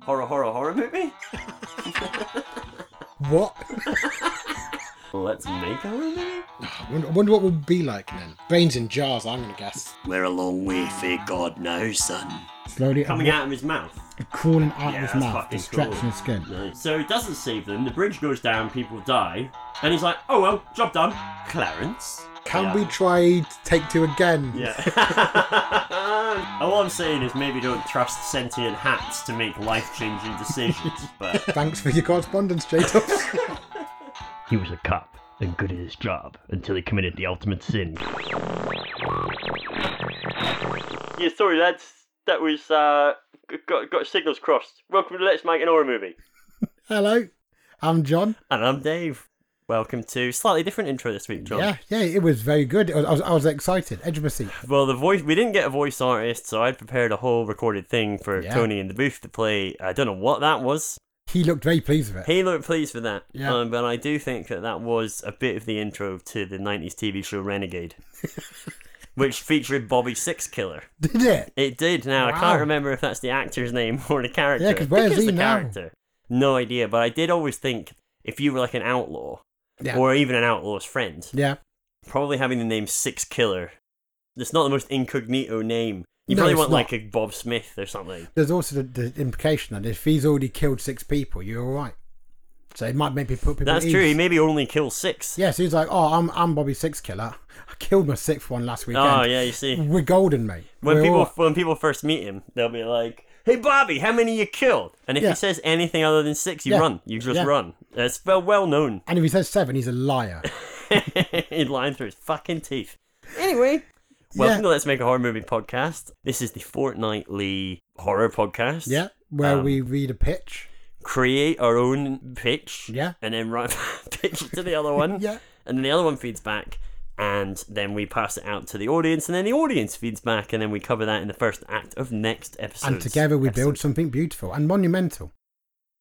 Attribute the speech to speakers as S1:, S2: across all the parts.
S1: horror, horror, horror movie?
S2: What?
S1: Let's make a horror movie?
S2: I wonder, I wonder what would be like then. Brains in jars, I'm going to guess.
S3: We're a long way, fae God now, son.
S4: Slowly
S1: Coming out of his mouth.
S4: crawling out
S1: Yeah, that's
S4: of his mouth,
S1: fucking
S4: distraction
S1: cool.
S4: of skin.
S1: No. So he doesn't save them, the bridge goes down, people die, and he's like, oh well, job done. Clarence.
S2: Can
S1: Yeah.
S2: we try take two again?
S1: Yeah. All I'm saying is maybe don't trust sentient hats to make life changing decisions, but
S2: Thanks for your correspondence, J-Tubs.
S5: He was a cop and good at his job until he committed the ultimate sin.
S1: Yeah, sorry, lads. That was uh, g- got got signals crossed. Welcome to Let's Make an Horror Movie.
S2: Hello, I'm John.
S1: And I'm Dave. Welcome to slightly different intro this week, John.
S2: Yeah, yeah, it was very good. I was, I was, I was excited. Edge of my seat.
S1: Well, the voice we didn't get a voice artist, so I'd prepared a whole recorded thing for
S2: Yeah.
S1: Tony in the booth to play. I don't know what that was.
S2: He looked very pleased with it.
S1: He looked pleased with that.
S2: Yeah.
S1: Um, but I do think that that was a bit of the intro to the '90s TV show Renegade, which featured Bobby Six Killer.
S2: Did it?
S1: It did. Now I
S2: Wow.
S1: can't remember if that's the actor's name or the character.
S2: Yeah, 'cause where
S1: I think
S2: is
S1: it's
S2: he
S1: the
S2: now?
S1: Character. No idea. But I did always think if you were like an outlaw
S2: Yeah.
S1: or even an outlaw's friend,
S2: yeah.
S1: probably having the name Six Killer. It's not the most incognito name. You
S2: No,
S1: probably
S2: it's
S1: want
S2: not.
S1: like a Bob Smith or something.
S2: There's also the, the implication that if he's already killed six people, you're all right. So it might maybe put people.
S1: That's
S2: at
S1: true. He
S2: ease.
S1: maybe only kills six.
S2: Yeah, so he's like, oh, I'm, I'm Bobby Six Killer. I killed my sixth one last weekend.
S1: oh yeah, you see.
S2: We're golden, mate.
S1: When
S2: We're
S1: people
S2: all-
S1: when people first meet him, they'll be like, "Hey Bobby, how many you killed?" And if
S2: Yeah.
S1: he says anything other than six, you
S2: Yeah.
S1: run. You just
S2: Yeah.
S1: run. It's well well known.
S2: And if he says seven, he's a liar.
S1: He'd lying through his fucking teeth. Anyway, welcome
S2: Yeah.
S1: to Let's Make a Horror Movie podcast. This is the fortnightly horror podcast.
S2: yeah, where
S1: Um,
S2: we read a pitch.
S1: create our own pitch.
S2: Yeah.
S1: And then write pitch it to the other one.
S2: Yeah.
S1: And then the other one feeds back. And then we pass it out to the audience, and then the audience feeds back, and then we cover that in the first act of next episode.
S2: and together we build something beautiful and monumental.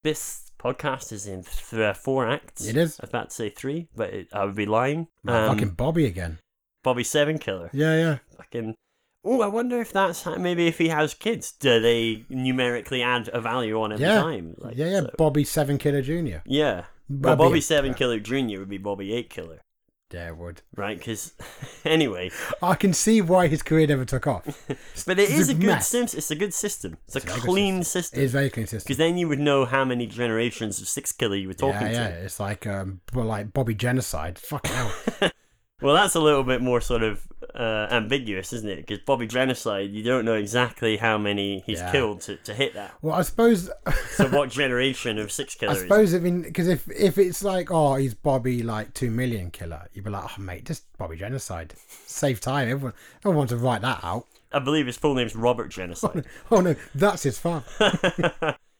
S1: This podcast is in th- uh, four acts.
S2: It is.
S1: I was about to say three, but it, I would be lying.
S2: Like
S1: Um,
S2: fucking Bobby again.
S1: Bobby Seven Killer.
S2: Yeah, yeah.
S1: fucking. Oh, I wonder if that's how, maybe if he has kids, do they numerically add a value on every
S2: yeah.
S1: time? Like,
S2: yeah, yeah.
S1: so-
S2: Bobby Seven Killer Jr.
S1: yeah.
S2: Bobby
S1: well, Bobby
S2: eight
S1: Seven
S2: killer.
S1: Killer Junior would be Bobby Eight Killer,
S2: Yeah, it would.
S1: right? Because anyway,
S2: I can see why his career never took off.
S1: but it is a good
S2: mess.
S1: system. It's a good system. It's,
S2: It's
S1: a
S2: very good
S1: clean
S2: It
S1: system
S2: is very consistent.
S1: because then you would know how many generations of Six Killer you were talking
S2: yeah, yeah.
S1: to.
S2: It's like um, well, like Bobby Genocide. Fucking hell.
S1: Well, that's a little bit more sort of uh, ambiguous, isn't it? Because Bobby Genocide, you don't know exactly how many he's
S2: Yeah.
S1: killed to, to hit that.
S2: Well, I suppose.
S1: So what generation of Six Killer
S2: I
S1: is
S2: suppose I mean because if if it's like oh he's Bobby like two million killer you'd be like oh mate just Bobby genocide save time everyone no one wants to write that out
S1: I believe his full name's Robert Genocide.
S2: oh no that's his father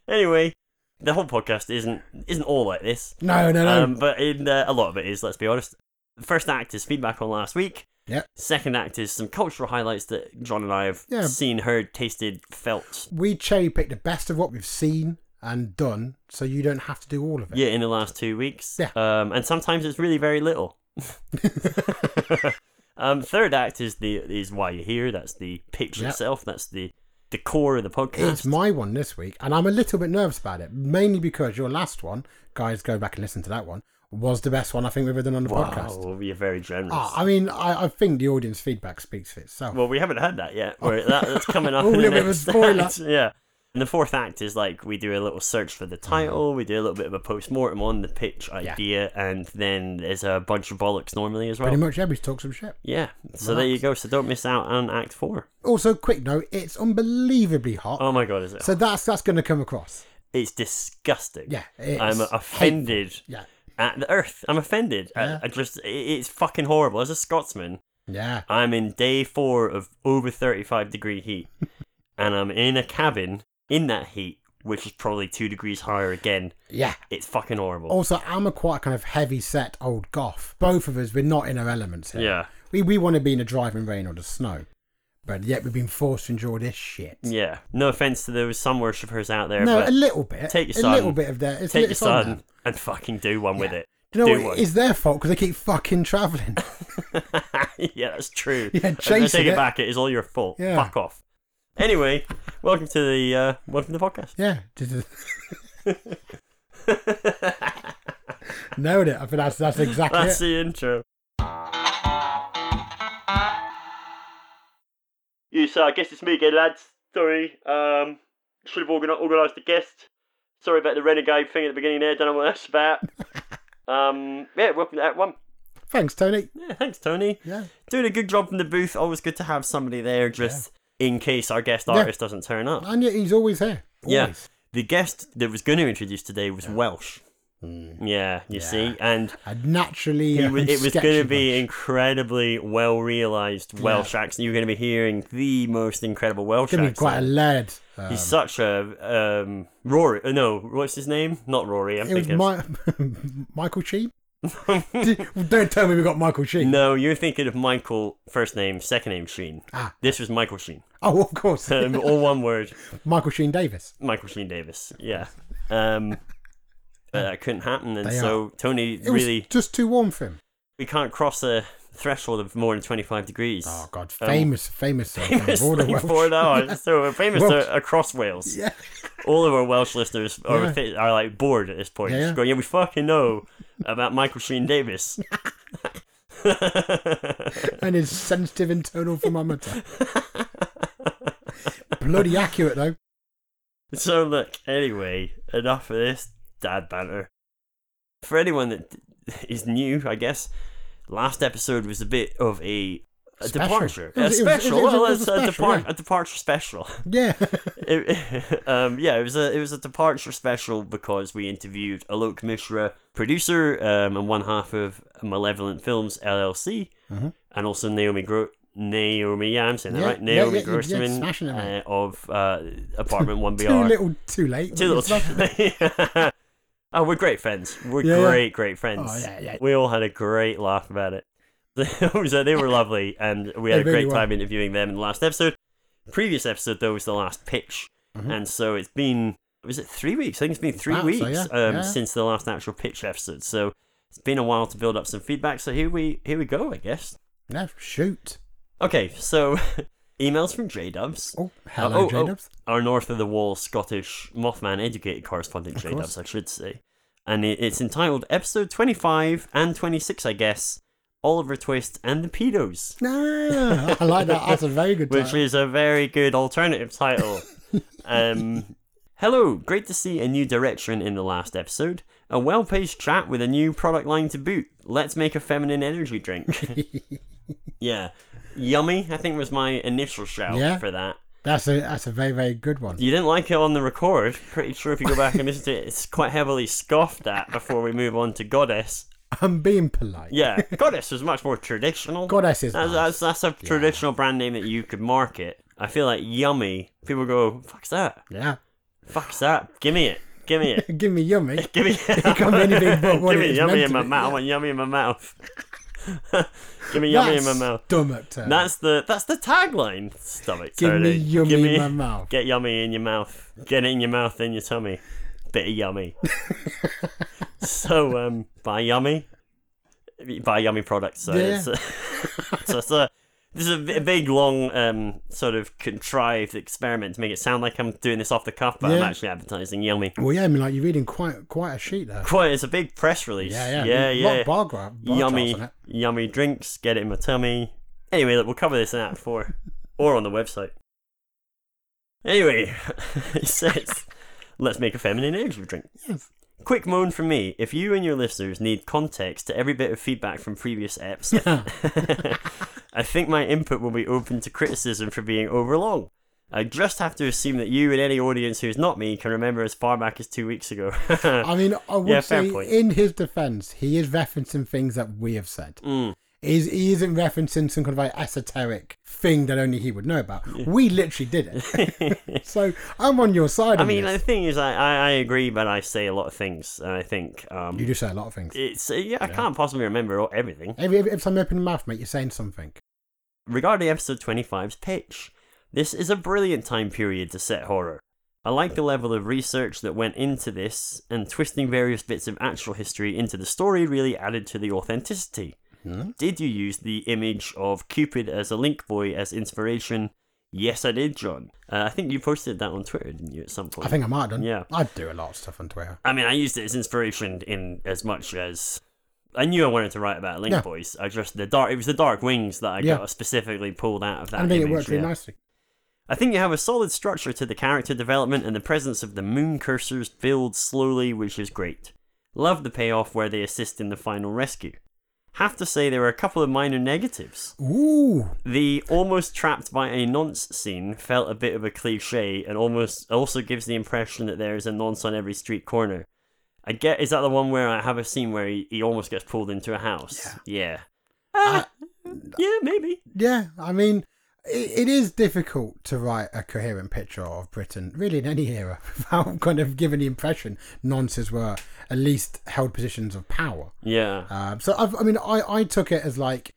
S1: anyway, the whole podcast isn't isn't all like this,
S2: no no no
S1: um, but in uh, a lot of it is. Let's be honest. The first act is feedback on last week.
S2: Yep.
S1: Second act is some cultural highlights that John and I have
S2: Yeah.
S1: seen, heard, tasted, felt.
S2: we cherry pick the best of what we've seen and done, so you don't have to do all of it.
S1: Yeah, in the last two weeks.
S2: Yeah.
S1: Um, and sometimes it's really very little. um, third act is the is why you're here. That's the pitch
S2: Yep.
S1: itself. That's the the core of the podcast.
S2: It's my one this week, and I'm a little bit nervous about it, mainly because your last one, guys, go back and listen to that one, was the best one I think we've ever done on the
S1: wow,
S2: podcast.
S1: Oh, you're very generous.
S2: Ah, I mean, I, I think the audience feedback speaks for itself.
S1: Well, we haven't had that yet. We're, that, that's coming up
S2: Oh,
S1: in
S2: yeah,
S1: the
S2: we have a
S1: next
S2: spoiler.
S1: act. Yeah. And the fourth act is like we do a little search for the
S2: Mm.
S1: title, we do a little bit of a post mortem on the pitch idea, and then there's a bunch of bollocks normally as well.
S2: Pretty much everybody talks some shit.
S1: Yeah. So there you go. So don't miss out on Act Four.
S2: Also, quick note, it's unbelievably hot.
S1: Oh my God, is it?
S2: so that's that's going to come across.
S1: it's disgusting.
S2: Yeah, it's
S1: I'm offended
S2: Yeah.
S1: at the earth. I'm offended.
S2: Yeah.
S1: I, I just, it, it's fucking horrible. As a Scotsman,
S2: Yeah.
S1: I'm in day four of over 35 degree heat, and I'm in a cabin in that heat, which is probably two degrees higher again.
S2: Yeah.
S1: It's fucking horrible.
S2: Also, I'm a quite kind of heavy set old goth. Both of us, we're not in our elements here.
S1: yeah,
S2: We we want to be in the driving rain or the snow, but yet we've been forced to endure this shit.
S1: yeah. No offense to those sun worshippers out there,
S2: No,
S1: but
S2: a little bit.
S1: take your
S2: a
S1: son.
S2: little bit of that. It's,
S1: take your
S2: it's on
S1: son
S2: them.
S1: and fucking do one with
S2: Yeah.
S1: it.
S2: Do you know
S1: Do
S2: what?
S1: one.
S2: It's their fault because they keep fucking travelling.
S1: yeah, that's true.
S2: Yeah,
S1: I- I
S2: chasing
S1: take it,
S2: it.
S1: back. It is all your fault.
S2: Yeah.
S1: Fuck off. Anyway, welcome to the uh, welcome to the podcast.
S2: Yeah. Nailed it. I think that's that's exactly
S1: That's
S2: it.
S1: the intro. You so I guess it's me again, lads. Sorry, um, should have organi- organised the guest. Sorry about the renegade thing at the beginning there. Don't know what that's about. um, yeah, welcome to that one.
S2: Thanks, Tony.
S1: Yeah, thanks, Tony.
S2: Yeah.
S1: Doing a good job from the booth. Always good to have somebody there, just in case our guest
S2: Yeah.
S1: artist doesn't turn up.
S2: And yet he's always here.
S1: Yeah.
S2: Always.
S1: The guest that was going to introduce today
S2: Oh.
S1: was Welsh. Yeah, you see, and
S2: Hmm. And naturally,
S1: He
S2: uh,
S1: was, it was
S2: sketchy
S1: going to be
S2: bunch.
S1: incredibly well realized Welsh accent. You're going to be hearing the most incredible Welsh
S2: gonna be
S1: accent.
S2: quite a lad. Um,
S1: He's such a um, Rory. uh, No, what's his name? Not Rory. I'm
S2: it was
S1: thinking. of-
S2: my, Michael Sheen. D- Don't tell me we got Michael Sheen.
S1: no, you're thinking of Michael. First name, second name Sheen.
S2: Ah.
S1: This was Michael Sheen.
S2: Oh, of course,
S1: Um, all one word.
S2: Michael Sheen Davis.
S1: Michael Sheen Davis. Yeah. Um, but that couldn't happen, and
S2: They
S1: so Tony
S2: It
S1: really
S2: was just too warm for him.
S1: we can't cross a threshold of more than 25 degrees.
S2: Oh God,
S1: Um,
S2: famous, famous, song from
S1: famous
S2: all the
S1: thing
S2: Welsh.
S1: for now. So we're famous
S2: Welsh.
S1: uh, across Wales.
S2: Yeah.
S1: All of our Welsh listeners are,
S2: Yeah.
S1: thi- are like bored at this point.
S2: Yeah,
S1: Just
S2: yeah.
S1: going, yeah, we fucking know about Michael Sheen Davis.
S2: and his sensitive internal thermometer. Bloody accurate though.
S1: so look, anyway, enough of this dad banter. For anyone that is new, I guess last episode was a bit of a. A
S2: Special.
S1: departure,
S2: It
S1: a
S2: was- it was- it was-
S1: special.
S2: it was- it
S1: well,
S2: was a
S1: it's a,
S2: special,
S1: depart-
S2: yeah.
S1: a departure special.
S2: Yeah.
S1: it, um, yeah, it was a it was a departure special because we interviewed Alok Mishra, producer um, and one half of Malevolent Films LLC,
S2: Mhm.
S1: and also Naomi Gro- Naomi, yeah, I'm saying that
S2: Yeah,
S1: right,
S2: yeah, yeah,
S1: Naomi
S2: yeah,
S1: Grossman
S2: smashing it,
S1: uh,
S2: mate.
S1: of uh, Apartment One BR.
S2: too little, too late.
S1: Too little.
S2: It's not-
S1: oh, we're great friends. We're
S2: Yeah, yeah.
S1: great, great friends.
S2: Oh, yeah, yeah.
S1: We all had a great laugh about it. so they were lovely, and we had
S2: They
S1: a
S2: really
S1: great
S2: were.
S1: time interviewing them in the last episode. Previous episode though was the last pitch, and so it's been was it three weeks? I think it's been three
S2: Mm-hmm. About
S1: weeks
S2: so, yeah,
S1: Um,
S2: yeah.
S1: since the last actual pitch episode. So it's been a while to build up some feedback. So here we here we go, I guess.
S2: No, shoot.
S1: Okay, so emails from J Dubs.
S2: Oh, hello,
S1: oh,
S2: J Dubs.
S1: our north of the wall Scottish Mothman educated correspondent
S2: Of
S1: J Dubs,
S2: course.
S1: I should say. And it- it's entitled Episode 25 and 26, I guess Oliver Twist and the Pedos,
S2: No, I like that. That's a very good
S1: which
S2: title.
S1: is a very good alternative title. um, hello, great to see a new direction in the last episode. A well paced chat with a new product line to boot. Let's make a feminine energy drink. yeah. Yummy, I think, was my initial shout
S2: Yeah.
S1: for that.
S2: That's a that's a very very good one.
S1: You didn't like it on the record. Pretty sure if you go back and listen to it, it's quite heavily scoffed at before we move on to Goddess.
S2: I'm being polite.
S1: Yeah, Goddess was much more traditional.
S2: Goddess is
S1: That's,
S2: nice.
S1: that's, that's a traditional brand name that you could market. I feel like Yummy, people go, fuck's that?
S2: Yeah.
S1: Fuck's that? Give me it. Give me it.
S2: Give me yummy.
S1: Give me it.
S2: can't be anything but what
S1: Give me
S2: it's
S1: Yummy
S2: meant
S1: in
S2: to
S1: my
S2: be.
S1: mouth. I want Yummy in my mouth. Give me Yummy in my
S2: That's
S1: mouth.
S2: Stomach turn.
S1: That's the that's the tagline. Stomach.
S2: Give me
S1: turning.
S2: yummy in my mouth.
S1: Get yummy in your mouth. Get it in your mouth in your tummy. Bit of yummy. so um, buy yummy, buy yummy products. So,
S2: Yeah.
S1: it's a, so it's a this is a bi- big long um sort of contrived experiment to make it sound like I'm doing this off the cuff, but I'm
S2: Yeah.
S1: actually advertising yummy.
S2: Well, yeah. I mean, like you're reading quite quite a sheet there.
S1: Quite, it's a big press release.
S2: Yeah, yeah.
S1: yeah,
S2: Lot
S1: yeah.
S2: of Bar gra- bar charts
S1: yummy,
S2: on it.
S1: yummy drinks. Get it in my tummy. Anyway, look, we'll cover this in Act 4 or on the website. Anyway, it says, let's make a feminine energy drink.
S2: Yes.
S1: Quick moan from me. If you and your listeners need context to every bit of feedback from previous eps, I think my input will be open to criticism for being overlong. I just have to assume that you and any audience who's not me can remember as far back as two weeks ago.
S2: I mean, I would
S1: Yeah, fair
S2: say
S1: point.
S2: in his defense, he is referencing things that we have said.
S1: Mm.
S2: He's, he isn't referencing some kind of like esoteric thing that only he would know about. We literally did it. so I'm on your side.
S1: I
S2: on
S1: mean,
S2: this.
S1: the thing is, I, I, I agree, but I say a lot of things, and I think um,
S2: you do say a lot of things.
S1: it's uh, yeah, I can't possibly remember all, everything.
S2: Every, every time you open your mouth, mate, you're saying something.
S1: Regarding episode 25's pitch, this is a brilliant time period to set horror. I like the level of research that went into this, and twisting various bits of actual history into the story really added to the
S2: Hmm?
S1: authenticity. Did you use the image of Cupid as a link boy as inspiration, Yes, I did, John. Uh, I think you posted that on Twitter, didn't you, at some point?
S2: I think I might have done.
S1: Yeah.
S2: I do a lot of stuff on Twitter.
S1: I mean, I used it as inspiration in as much as I knew I wanted to write about Link
S2: Yeah.
S1: Boys. I just the dark. It was the Dark Wings that I
S2: Yeah.
S1: got specifically pulled out of that.
S2: I think
S1: image,
S2: it worked really
S1: yeah.
S2: nicely.
S1: I think you have a solid structure to the character development, and the presence of the moon cursors builds slowly, which is great. Love the payoff where they assist in the final rescue. Have to say, there were a couple of minor negatives.
S2: Ooh,
S1: The almost trapped by a nonce scene felt a bit of a cliche and almost also gives the impression that there is a nonce on every street corner. I get is that the one where I have a scene where he, he almost gets pulled into a house? Yeah. Ah, yeah, maybe.
S2: yeah. I mean, it, it is difficult to write a coherent picture of Britain, really, in any era, without kind of giving the impression nonces were at least held positions of power.
S1: Yeah.
S2: Um, so I've, I mean, I, I took it as like,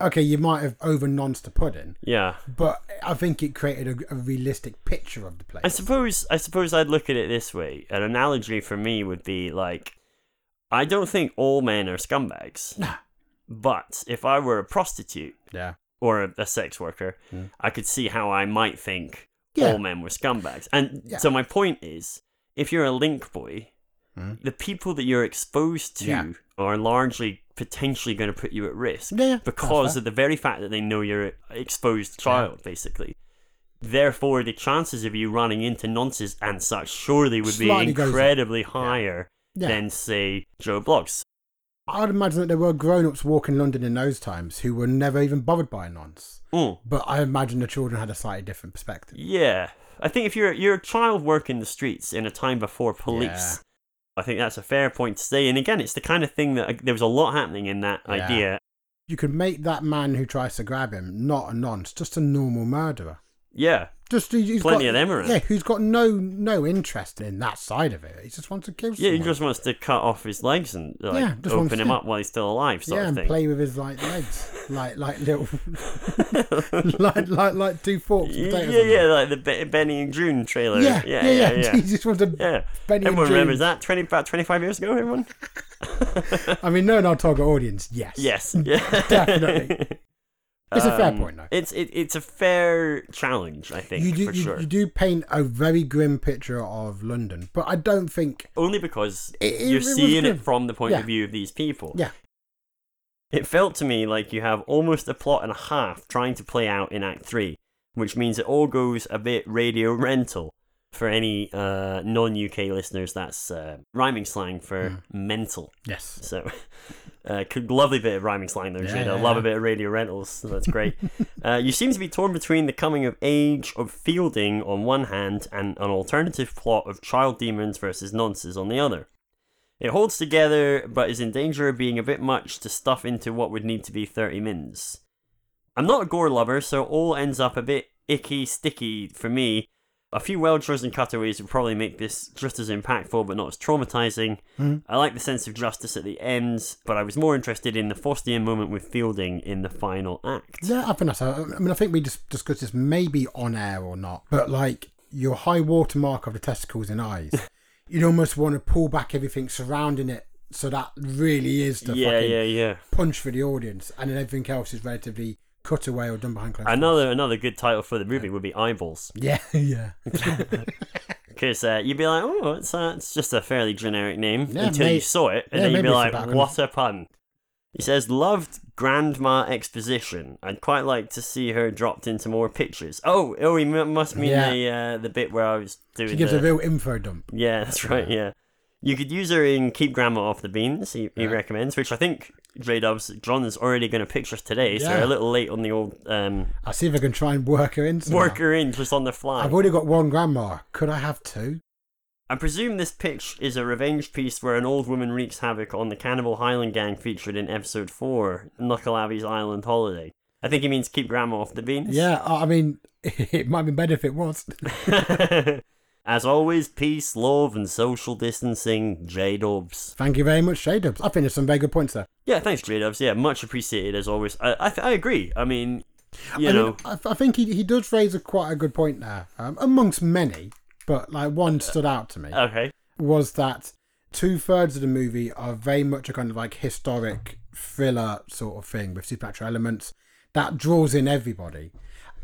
S2: okay, you might have over nonced a pudding,
S1: Yeah.
S2: but I think it created a, a realistic picture of the place.
S1: I suppose I suppose I'd look at it this way. An analogy for me would be like I don't think all men are scumbags.
S2: Nah.
S1: But if I were a prostitute
S2: yeah,
S1: or a, a sex worker, I could see how I might think
S2: Mm. Yeah.
S1: all men were scumbags. And
S2: Yeah.
S1: so my point is, if you're a link boy,
S2: Mm.
S1: the people that you're exposed to
S2: Yeah.
S1: are largely potentially going to put you at risk
S2: Yeah, yeah, that's
S1: because
S2: fair.
S1: of the very fact that they know you're an exposed child, basically. Therefore, the chances of you running into nonsense and such surely would
S2: Slightly
S1: be
S2: goes up.
S1: incredibly higher
S2: Yeah.
S1: than, say, Joe Blogs.
S2: I'd imagine that there were grown-ups walking London in those times who were never even bothered by a nonce.
S1: Mm.
S2: But I imagine the children had a slightly different perspective.
S1: Yeah, I think if you're you're a child working the streets in a time before police, I think that's a fair point to say. And again, it's the kind of thing that uh, there was a lot happening in that
S2: Yeah.
S1: idea.
S2: You could make that man who tries to grab him not a nonce, just a normal murderer.
S1: Yeah,
S2: Just he- he's
S1: Plenty
S2: got,
S1: of them around.
S2: Yeah, who's got no no interest in that side of it. He just wants to kill.
S1: yeah, he
S2: someone.
S1: just wants to cut off his legs and like,
S2: Yeah, just
S1: open
S2: wants-
S1: him
S2: yeah.
S1: up while he's still alive, sort
S2: yeah,
S1: of
S2: and
S1: thing.
S2: play with his like legs, like like little, like like like two forks.
S1: yeah,
S2: potatoes
S1: yeah,
S2: on them.
S1: yeah, like the Be- Benny and June trailer.
S2: yeah,
S1: yeah, yeah. yeah.
S2: He just wants to.
S1: Yeah.
S2: Benny and
S1: everyone
S2: June.
S1: remembers that 20, about 25 years ago, everyone?
S2: I mean, knowing our target audience, yes,
S1: Yes. Yeah.
S2: Definitely. It's a fair
S1: Um,
S2: point, though.
S1: It's it, it's a fair challenge, I think,
S2: you do
S1: for
S2: you,
S1: sure.
S2: you do paint a very grim picture of London, but I don't think
S1: only because
S2: It- it-
S1: you're
S2: it was
S1: seeing it
S2: good.
S1: from the point
S2: Yeah.
S1: of view of these people.
S2: yeah
S1: It felt to me like you have almost a plot and a half trying to play out in Act 3, which means it all goes a bit radio rental. For any uh, non UK listeners, that's uh, rhyming slang for
S2: Hmm.
S1: mental.
S2: yes
S1: So, uh, c- lovely bit of rhyming slang there,
S2: Yeah,
S1: Jade. I
S2: yeah,
S1: love
S2: yeah.
S1: a bit of radio rentals, so that's great. uh, you seem to be torn between the coming of age of Fielding on one hand and an alternative plot of child demons versus nonces on the other. It holds together, but is in danger of being a bit much to stuff into what would need to be 30 mins. I'm not a gore lover, so all ends up a bit icky, sticky for me. A few well chosen cutaways would probably make this just as impactful, but not as traumatizing. I like the sense of justice at the end, but I was more interested in the Faustian moment with Fielding in the final act.
S2: yeah. I think that's. I mean, I think we just discussed this maybe on air or not, but like your high watermark of the testicles and eyes, you'd almost want to pull back everything surrounding it, so that really is the
S1: Yeah,
S2: fucking
S1: yeah, yeah.
S2: punch for the audience, and then everything else is relatively cut away or done behind closed doors.
S1: Another another good title for the movie would be Eyeballs.
S2: Yeah, yeah.
S1: Because uh, you'd be like, oh, it's, uh, it's just a fairly generic name
S2: Yeah,
S1: until you
S2: mate.
S1: saw it, and
S2: Yeah,
S1: then you'd
S2: maybe
S1: be like,
S2: it's about-
S1: what a pun. He says, loved Grandma Exposition. I'd quite like to see her dropped into more pictures. Oh, oh, he mu- must mean
S2: Yeah.
S1: the uh, the bit where I was doing.
S2: She gives
S1: the...
S2: a real info dump.
S1: Yeah, that's right. Yeah, you could use her in "Keep Grandma Off the Beans." He, he
S2: Yeah.
S1: recommends, which I think J Dubs John is already going to picture us today, so
S2: Yeah.
S1: we're a little late on the old um,
S2: I'll see if I can try and work her in. somehow.
S1: work her in just on the fly.
S2: I've already got one grandma. Could I have two?
S1: I presume this pitch is a revenge piece where an old woman wreaks havoc on the cannibal Highland gang featured in episode four, Knuckle Abbey's Island Holiday. I think he means keep grandma off the beans.
S2: Yeah, I I mean, it might be better if it was.
S1: As always, peace, love, and social distancing, J Dubs.
S2: Thank you very much, Shay Dubs. I think there's some very good points there.
S1: Yeah, thanks, J Dubs. Yeah, much appreciated as always. I I, th- I agree. I mean, you
S2: I, mean,
S1: know,
S2: I, I think he, he does raise a quite a good point there, um, amongst many, but like one stood out to me
S1: okay,
S2: was that two thirds of the movie are very much a kind of like historic thriller sort of thing with supernatural elements that draws in everybody.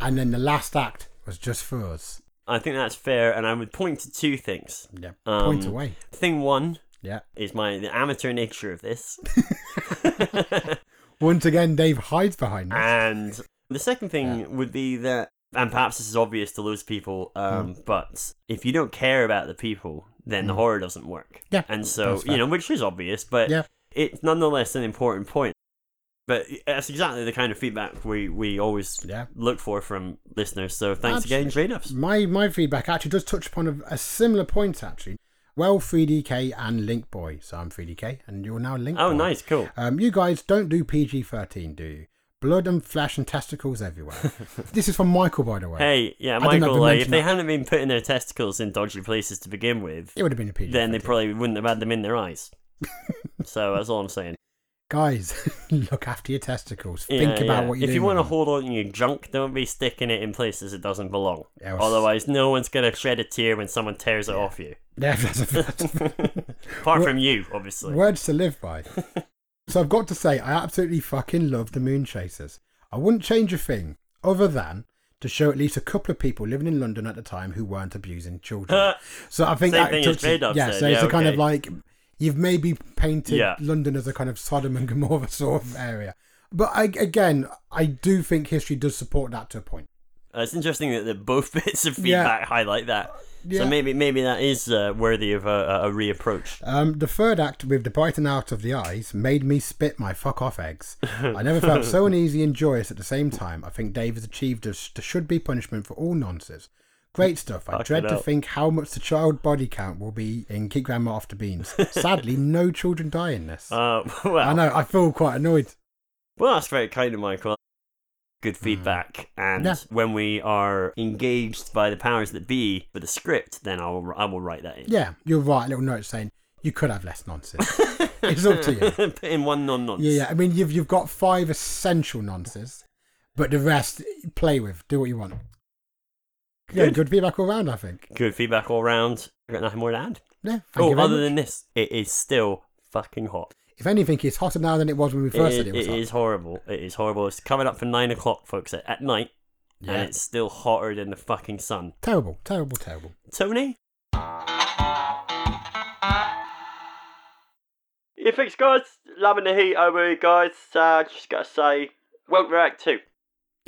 S2: and then the last act was just for us.
S1: I think that's fair, and I would point to two things.
S2: Yeah,
S1: Um,
S2: point away.
S1: Thing one
S2: Yeah.
S1: is my the amateur nature of this,
S2: Once again, Dave hides behind us.
S1: and the second thing would be that, and perhaps this is obvious to loads of people, um,
S2: Hmm.
S1: but if you don't care about the people, then the horror doesn't work.
S2: Yeah,
S1: and so
S2: that's fair.
S1: you know, which is obvious, but
S2: Yeah.
S1: it's nonetheless an important point. But that's exactly the kind of feedback we, we always
S2: Yeah.
S1: look for from listeners. So thanks again, Trade Ups.
S2: My my feedback actually does touch upon a, a similar point actually. Well, 3DK and Link Boy. So I'm 3DK, and you're now Link.
S1: Oh,
S2: Boy.
S1: nice, cool.
S2: Um, you guys don't do PG-13, do you? Blood and flesh and testicles everywhere. this is from Michael, by the way.
S1: Hey, yeah,
S2: I didn't have to
S1: Michael, like, if
S2: mention
S1: they
S2: that.
S1: hadn't been putting their testicles in dodgy places to begin with,
S2: It would have been a PG.
S1: then they probably wouldn't have had them in their eyes. so that's all I'm saying.
S2: guys look after your testicles.
S1: Yeah,
S2: Think about
S1: yeah.
S2: what you
S1: If
S2: do.
S1: you
S2: with
S1: want to
S2: them.
S1: hold on to your junk, don't be sticking it in places it doesn't belong.
S2: Yeah, well,
S1: Otherwise, no one's going to shed a tear when someone tears it off you.
S2: Yeah, that's a fact.
S1: Apart from you, obviously.
S2: Words to live by. so I've got to say, I absolutely fucking love the Moon Chasers. I wouldn't change a thing other than to show at least a couple of people living in London at the time who weren't abusing children. so I think
S1: Same
S2: that
S1: thing as
S2: touches-
S1: J-Dub
S2: yeah,
S1: said,
S2: so it's
S1: yeah,
S2: a kind of
S1: okay.
S2: like you've maybe painted
S1: Yeah.
S2: London as a kind of Sodom and Gomorrah sort of area. But I, again, I do think history does support that to a point.
S1: Uh, it's interesting that, that both bits of
S2: Yeah.
S1: feedback highlight that.
S2: Yeah.
S1: So maybe maybe that is uh, worthy of a, a a reapproach.
S2: Um, the third act with the biting out of the eyes made me spit my fuck off eggs. I never felt so uneasy and joyous at the same time. I think Dave has achieved a sh- there should be punishment for all nonsense. Great stuff. I
S1: Fuck
S2: dread
S1: it
S2: to
S1: up.
S2: think how much the child body count will be in Keep Grandma After Beans. Sadly, no children die in this.
S1: Uh,
S2: I
S1: well,
S2: know. I feel quite annoyed.
S1: Well, that's very kind of Michael. Good feedback, and
S2: Hmm. Yeah.
S1: when we are engaged by the powers that be with the script, then I will I will write that in.
S2: Yeah, you're right. A little note saying you could have less nonsense. it's up to you.
S1: Put in one non nonce.
S2: Yeah, yeah. I mean, you've you've got five essential nonsense, but the rest play with. Do what you want. Yeah,
S1: Good.
S2: good feedback all round. I think.
S1: Good feedback all round. I got nothing more to add.
S2: Yeah. Thank you
S1: oh,
S2: very
S1: other
S2: much.
S1: than this, it is still fucking hot.
S2: if anything, it's hotter now than it was when we
S1: It
S2: first
S1: is-
S2: said it was.
S1: it
S2: hot.
S1: is horrible. It is horrible. It's coming up for nine o'clock, folks, at, at night,
S2: Yeah.
S1: and it's still hotter than the fucking sun.
S2: Terrible, terrible, terrible.
S1: Tony? Yeah, thanks, guys. Loving the heat over you guys. Uh, just gotta say, won't react too.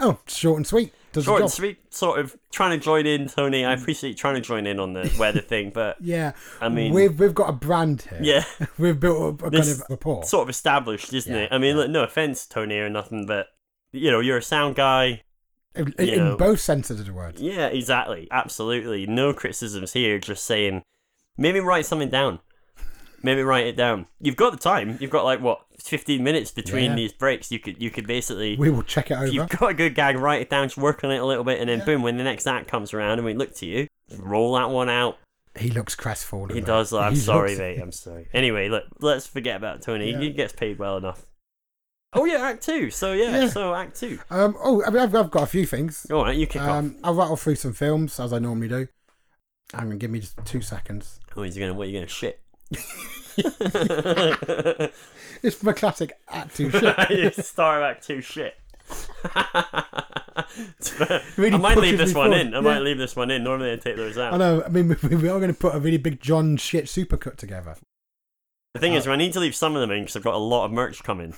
S2: Oh, short and sweet. Does
S1: Short
S2: the
S1: and
S2: job.
S1: sweet, sort of trying to join in, Tony. I appreciate you trying to join in on the weather thing, but
S2: Yeah.
S1: I mean-
S2: we've we've got a brand here.
S1: yeah,
S2: We've built up a
S1: This
S2: kind of rapport.
S1: sort of established, isn't
S2: Yeah,
S1: it? I mean, look, no offense, Tony, or nothing, but you know, you're a sound guy.
S2: in,
S1: you
S2: in
S1: know.
S2: both senses of the word.
S1: Yeah, exactly. Absolutely. No criticisms here, just saying maybe write something down. Maybe write it down. You've got the time. You've got like what, fifteen minutes between
S2: Yeah.
S1: these breaks. You could you could basically
S2: We will check it
S1: if
S2: over.
S1: you've got a good gag, write it down, just work on it a little bit and then boom, when the next act comes around and we look to you, roll that one out.
S2: He looks crestfallen.
S1: He
S2: mate.
S1: does I'm
S2: He
S1: sorry,
S2: looks-
S1: mate, I'm sorry. Anyway, look let's forget about Tony.
S2: Yeah.
S1: He gets paid well enough. Oh yeah, act two. So yeah,
S2: Yeah.
S1: so act two.
S2: Um, oh, I mean, I've, I've got a few things.
S1: All right, you kick off.
S2: Um, I'll rattle through some films as I normally do. Hang on, give me just two seconds.
S1: Oh, he's gonna what are you gonna shit?
S2: It's from a classic act two shit.
S1: you Star Act 2 shit.
S2: Really
S1: I might leave
S2: pushes
S1: this
S2: me
S1: one
S2: forward.
S1: in. I
S2: Yeah.
S1: might leave this one in. Normally I take those
S2: I
S1: out.
S2: know. I mean, we, we are going to put a really big John shit supercut together.
S1: The thing is,
S2: Uh,
S1: I need to leave some of them in because I've got a lot of merch coming.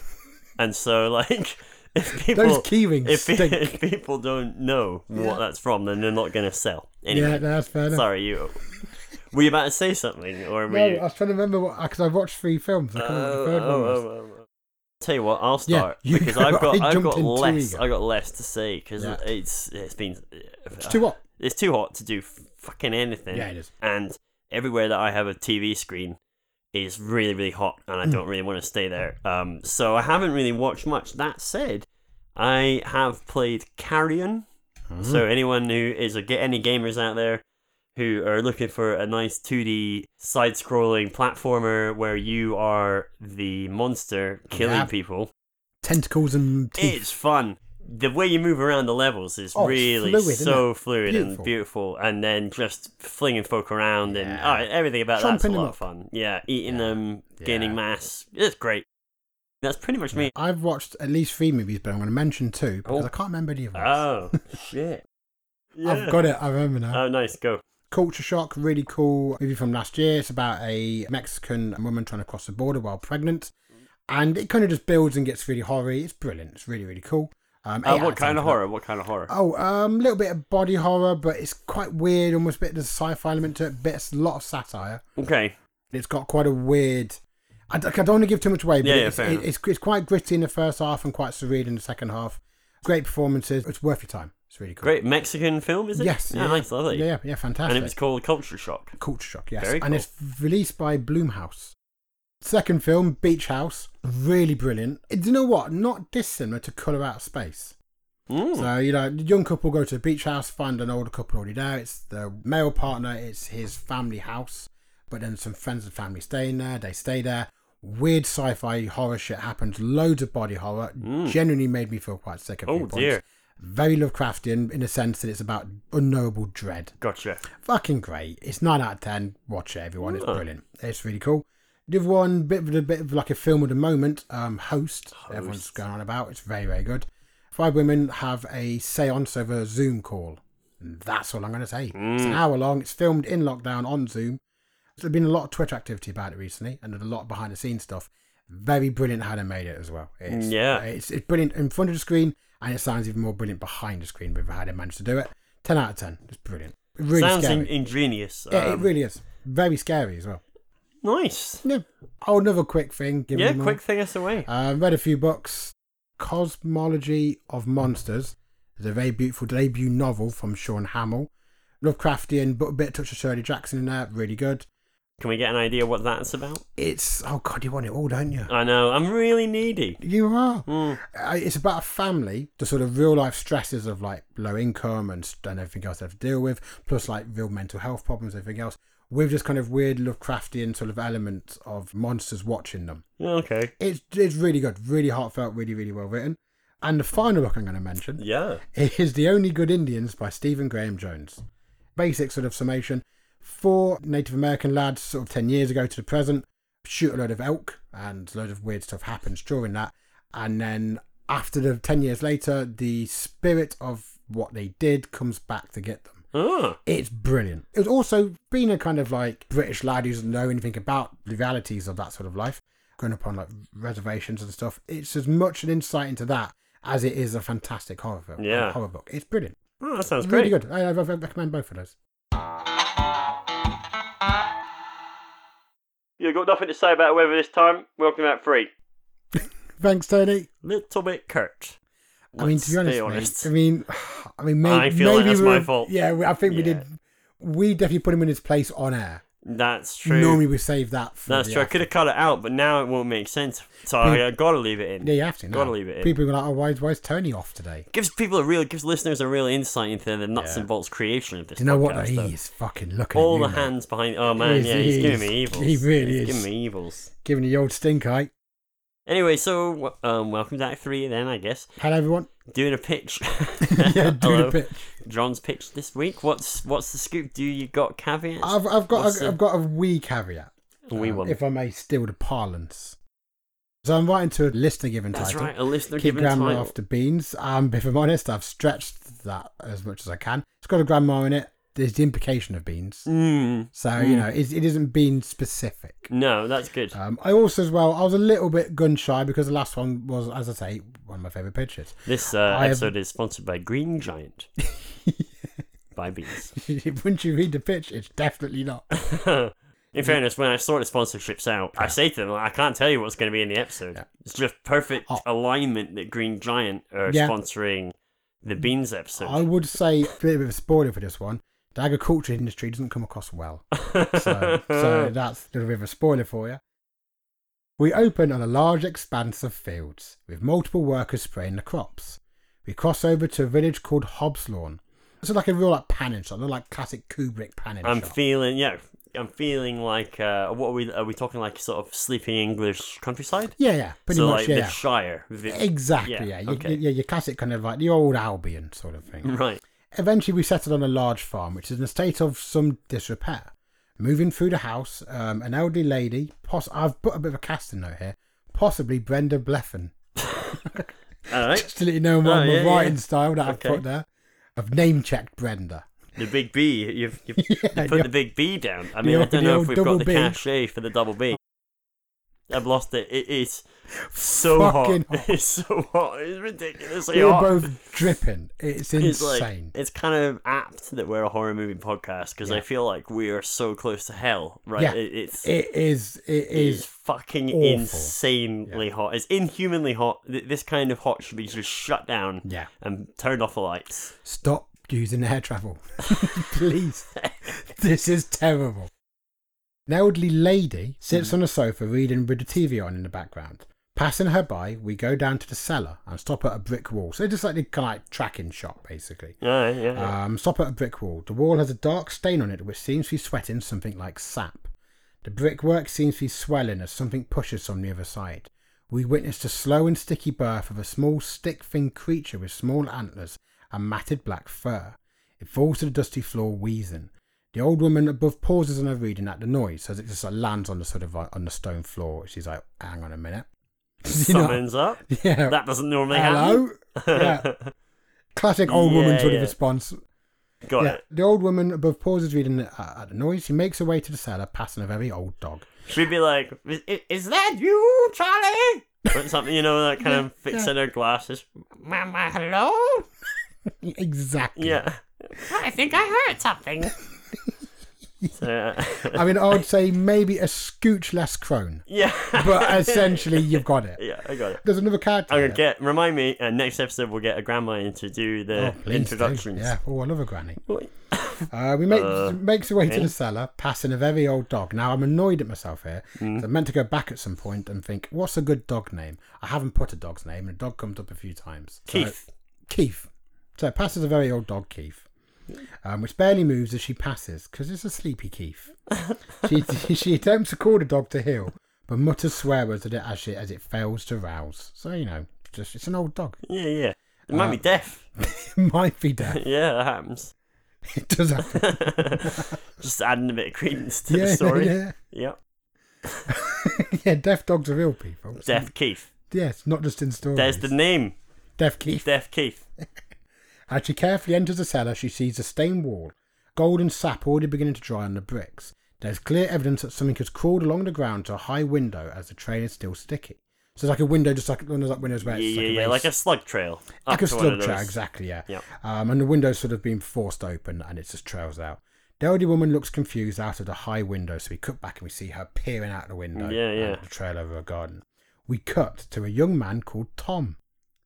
S1: And so, like, if people
S2: Those key rings
S1: if, pe-
S2: stink.
S1: if people don't know what
S2: Yeah.
S1: that's from, then they're not going to sell.
S2: Yeah,
S1: Anyway,
S2: no, that's fair enough.
S1: sorry, you. Were you about to say something, or were
S2: No,
S1: you?
S2: I was trying to remember what because I watched three films. I can't remember what the third one
S1: oh,
S2: was.
S1: oh, oh. Tell you what, I'll
S2: Yeah,
S1: start
S2: you
S1: because
S2: go.
S1: I've got
S2: I
S1: I've
S2: jumped
S1: got
S2: in too
S1: less
S2: eager.
S1: I got less to say because
S2: Yeah.
S1: it's it's been
S2: It's too hot.
S1: It's too hot to do f- fucking anything.
S2: Yeah, it is.
S1: And everywhere that I have a TV screen is really really hot, and
S2: Hmm.
S1: I don't really want to stay there. Um, so I haven't really watched much. That said, I have played Carrion.
S2: Hmm.
S1: So anyone who is a get any gamers out there who are looking for a nice 2D side-scrolling platformer where you are the monster killing
S2: Yeah.
S1: people,
S2: Tentacles and teeth.
S1: it's fun. The way you move around the levels is
S2: Oh, it's
S1: really
S2: fluid, isn't
S1: so
S2: it?
S1: fluid and
S2: Beautiful.
S1: beautiful, and then just flinging folk around and
S2: Yeah.
S1: oh, everything about that's a
S2: Chomping them
S1: lot of
S2: up.
S1: fun. Yeah, eating
S2: Yeah.
S1: them, gaining
S2: Yeah.
S1: mass, it's great. That's pretty much me.
S2: I've watched at least three movies, but I'm going to mention two because
S1: Oh.
S2: I can't remember any of them.
S1: Oh shit! Yeah.
S2: I've got it. I remember now.
S1: Oh nice, go.
S2: Culture Shock, really cool movie from last year. It's about a Mexican woman trying to cross the border while pregnant, and it kind of just builds and gets really horror. It's brilliant. It's really really cool. Um,
S1: Uh,
S2: eight out
S1: what
S2: 10
S1: kind of
S2: for that.
S1: horror? What kind of horror?
S2: Oh, um, little bit of body horror, but it's quite weird. Almost a bit of the sci-fi element to it. Bit a lot of satire.
S1: Okay.
S2: It's got quite a weird. I, d- I don't want to give too much away, but
S1: Yeah, yeah,
S2: it's,
S1: fair
S2: it-
S1: enough.
S2: it's it's quite gritty in the first half and quite surreal in the second half. Great performances. It's worth your time. It's really cool.
S1: Great Mexican film, is it?
S2: Yes.
S1: Yeah, nice, lovely.
S2: Yeah, yeah, yeah, fantastic.
S1: and it was called Culture Shock.
S2: Culture Shock, yes.
S1: Very
S2: And it's released by Bloomhouse. Second film, Beach House, really brilliant. Do you know what? Not dissimilar to Colour Out of Space.
S1: Mm.
S2: So, you know, the young couple go to a beach house, find an older couple already there. It's the male partner, it's his family house, but then some friends and family staying there. They stay there. Weird sci fi horror shit happens, loads of body horror. Genuinely made me feel quite sick at
S1: Hmm. Oh,
S2: few points.
S1: dear.
S2: Very Lovecraftian in the sense that it's about unknowable dread
S1: Gotcha.
S2: fucking great. It's nine out of ten. Watch it, everyone. It's
S1: Yeah.
S2: brilliant. It's really cool. The other one, bit of a bit of like a film of the moment. Um, host. Everyone's going on about. It's very very good. Five women have a séance over a Zoom call. And that's all I'm going to say. It's an hour long. It's filmed in lockdown on Zoom. There's been a lot of Twitter activity about it recently, and there's a lot of behind the scenes stuff. Very brilliant how they made it as well. It's,
S1: Yeah.
S2: it's, it's brilliant in front of the screen, and it sounds even more brilliant behind the screen with how they managed to do it. Ten out of ten. It's brilliant. Really
S1: Sounds
S2: scary.
S1: in- ingenious.
S2: Yeah, it
S1: um,
S2: really is. Very scary as well.
S1: nice.
S2: Yeah. Oh, another quick thing. Give
S1: Yeah,
S2: me more.
S1: quick thing us away.
S2: Uh, read a few books. Cosmology of Monsters is a very beautiful debut novel from Sean Hamill. Lovecraftian, but a bit of touch of Shirley Jackson in there. Really good.
S1: Can we get an idea what that's about?
S2: It's oh god, you want it all, don't you?
S1: I know. I'm really needy.
S2: You are.
S1: Mm.
S2: Uh, It's about a family, the sort of real life stresses of like low income and, st- and everything else they have to deal with, plus like real mental health problems, everything else, with just kind of weird Lovecraftian sort of element of monsters watching them.
S1: Okay.
S2: It's it's really good, really heartfelt, really really well written. And the final book I'm going to mention
S1: Yeah.
S2: is The Only Good Indians by Stephen Graham Jones. Basic sort of summation: four Native American lads, sort of ten years ago to the present, shoot a load of elk, and a load of weird stuff happens during that. And then after the ten years later, the spirit of what they did comes back to get them.
S1: Ah.
S2: It's brilliant. It was also being a kind of like British lad who doesn't know anything about the realities of that sort of life, growing up on like reservations and stuff. It's as much an insight into that as it is a fantastic horror film.
S1: Yeah.
S2: Horror book. It's brilliant.
S1: Oh, that sounds
S2: it's
S1: great.
S2: really good. I, I, I recommend both of those.
S1: You've got nothing to say about weather this time. Welcome at free.
S2: Thanks, Tony.
S1: Little bit curt.
S2: I mean,
S1: Let's
S2: to be
S1: be
S2: honest, mate,
S1: honest.
S2: I mean, I mean, maybe,
S1: I feel like
S2: maybe
S1: that's
S2: we
S1: my
S2: were-
S1: fault.
S2: Yeah, we- I think we
S1: Yeah.
S2: did. We definitely put him in his place on air.
S1: That's true.
S2: Normally, we save that. for
S1: That's
S2: the
S1: true. I
S2: after.
S1: could have cut it out, but now it won't make sense. So
S2: Pe-
S1: I, I gotta leave it in.
S2: Yeah, you have to. now.
S1: Gotta leave it in.
S2: People are like, oh, why, why is Tony off today?
S1: Gives people a real, gives listeners a real insight into the nuts
S2: Yeah.
S1: and bolts creation of this.
S2: Do you know what? though?
S1: podcast,
S2: He
S1: though.
S2: is fucking looking
S1: All
S2: at you,
S1: the
S2: mate.
S1: hands behind. Oh man,
S2: is,
S1: yeah,
S2: he
S1: he's giving
S2: is.
S1: me evils.
S2: He really
S1: he's
S2: is.
S1: Giving me evils.
S2: giving you the old stink eye.
S1: Anyway, so w- um, welcome to Act Three. Then I guess
S2: Hello, everyone.
S1: doing a pitch.
S2: yeah, doing
S1: Hello.
S2: a bit.
S1: John's pitch this week. What's what's the scoop? Do you got caveats?
S2: I've, I've got
S1: What's
S2: I've,
S1: the-
S2: got a wee caveat,
S1: we
S2: um,
S1: won.
S2: if I may steal the parlance. So I'm writing to a listener given
S1: That's
S2: title.
S1: right. A listener
S2: Keep
S1: given
S2: grandma
S1: title.
S2: off the beans. Um, if I'm honest, I've stretched that as much as I can. It's got a grandma in it. There's the implication of beans,
S1: Mm,
S2: so you know it, it isn't bean specific.
S1: no, that's good.
S2: Um, I also as well I was a little bit gun shy because the last one was, as I say, one of my favourite pictures.
S1: This uh,
S2: I have-
S1: episode is sponsored by Green Giant. by Beans.
S2: Once you read the pitch, it's definitely not.
S1: In fairness, when I sort the sponsorships out, I say to them, I can't tell you what's going to be in the episode.
S2: Yeah.
S1: It's just perfect
S2: Oh.
S1: alignment that Green Giant are
S2: Yeah. Mm.
S1: sponsoring the Beans episode.
S2: I would say a bit of a spoiler for this one. The agriculture industry doesn't come across well. So, so that's a little bit of a spoiler for you. We open on a large expanse of fields, with multiple workers spraying the crops. We cross over to a village called Hobslawn. It's like a real like panning shot, like classic Kubrick panning
S1: I'm
S2: shot.
S1: feeling, yeah, I'm feeling like, uh, what are we, are we talking like sort of sleeping English countryside?
S2: yeah, yeah, pretty
S1: so
S2: much,
S1: like
S2: yeah.
S1: the Shire. the-
S2: exactly,
S1: yeah,
S2: yeah. You-
S1: okay.
S2: you- yeah, your classic kind of like the old Albion sort of thing.
S1: Right.
S2: Eventually, we settled on a large farm, which is in a state of some disrepair. Moving through the house, um, an elderly lady, poss- I've put a bit of a casting note here, possibly Brenda Bleffin.
S1: All right.
S2: Just to let you know my,
S1: Oh,
S2: my
S1: yeah, yeah.
S2: writing style that I've
S1: Okay.
S2: put there. I've name checked Brenda.
S1: The big B. You've, you've you
S2: Yeah,
S1: put
S2: yeah.
S1: the big B down. I mean, I
S2: old-
S1: don't
S2: the
S1: know if
S2: old
S1: we've got
S2: double
S1: the
S2: B.
S1: cachet for the double B. I've lost it. It is so
S2: Fucking
S1: hot. It's so hot. It's ridiculously
S2: We're
S1: hot.
S2: both dripping. It's
S1: it's
S2: insane.
S1: like it's kind of apt that we're a horror movie podcast because I
S2: Yeah.
S1: feel like we are so close to hell. Right?
S2: Yeah.
S1: It, it's
S2: it is. It
S1: is
S2: is.
S1: fucking
S2: awful.
S1: insanely hot. It's inhumanly hot. Th- This kind of hot should be just shut down
S2: Yeah.
S1: and turned off the lights.
S2: Stop using air travel, please. this is terrible. An elderly lady sits on a sofa reading with the TV on in the background. Passing her by, we go down to the cellar and stop at a brick wall. So just like the kind of like tracking shot, basically.
S1: Yeah, yeah, yeah.
S2: Um, stop at a brick wall. The wall has a dark stain on it, which seems to be sweating something like sap. The brickwork seems to be swelling as something pushes from the other side. We witness the slow and sticky birth of a small, stick-finned creature with small antlers and matted black fur. It falls to the dusty floor, wheezing. The old woman above pauses on her reading at the noise, as it just like, lands on the sort of like, on the stone floor. She's like, "Hang on a minute." You know-
S1: Summons up.
S2: yeah.
S1: That doesn't normally
S2: Hello.
S1: happen.
S2: Classic old woman
S1: Yeah,
S2: sort
S1: yeah.
S2: of response.
S1: Got
S2: yeah,
S1: it.
S2: the old woman above pauses reading at, at the noise. She makes her way to the cellar, passing a very old dog.
S1: She'd be like, "I- I- "Is that you, Charlie?" Or something, you know, that kind of fixing her glasses. Mama, hello.
S2: exactly.
S1: Yeah. I think I heard something. so, uh,
S2: I mean, I'd say maybe a scooch less crone,
S1: yeah.
S2: but essentially you've got it.
S1: yeah, I got it.
S2: There's another character.
S1: I'm
S2: here.
S1: gonna get remind me. Uh, next episode, we'll get a grandma in to do the
S2: Oh, please do.
S1: introductions.
S2: Yeah. Oh, I love a granny. Uh, we make,
S1: Uh,
S2: makes her way to
S1: okay.
S2: the cellar, passing a very old dog. Now I'm annoyed at myself here.
S1: Mm.
S2: 'cause I meant to go back at some point and think, what's a good dog name? I haven't put a dog's name, and the dog comes up a few times. So-
S1: Keith.
S2: Keith. So it passes a very old dog, Keith, um, which barely moves as she passes because it's a sleepy Keith. she, she attempts to call the dog to heel, but mutters swear words at it as, she, as it fails to rouse. So, you know, just it's an old dog.
S1: Yeah, yeah. It might be
S2: Uh,
S1: deaf.
S2: it might be dead.
S1: yeah, that happens.
S2: It does happen.
S1: Just adding a bit of credence to
S2: yeah,
S1: the story.
S2: yeah,
S1: Yep.
S2: yeah. Yeah, deaf dogs are real people.
S1: Deaf Keith.
S2: Yes, not just in stories.
S1: There's the name.
S2: Deaf Keith.
S1: Deaf Keith.
S2: As she carefully enters the cellar, she sees a stained wall, golden sap already beginning to dry on the bricks. There's clear evidence that something has crawled along the ground to a high window as the tray is still sticky. So it's like a window, just like one of those like windows where
S1: Yeah,
S2: it's
S1: yeah,
S2: like,
S1: yeah.
S2: a
S1: Like
S2: race-
S1: a slug trail.
S2: like
S1: Up
S2: a
S1: to one of
S2: slug trail,
S1: those.
S2: exactly, yeah.
S1: Yep.
S2: Um, and the window's sort of been forced open and it just trails out. The elderly woman looks confused out of the high window, so we cut back and we see her peering out the window
S1: Yeah, yeah.
S2: at the trail over her garden. We cut to a young man called Tom.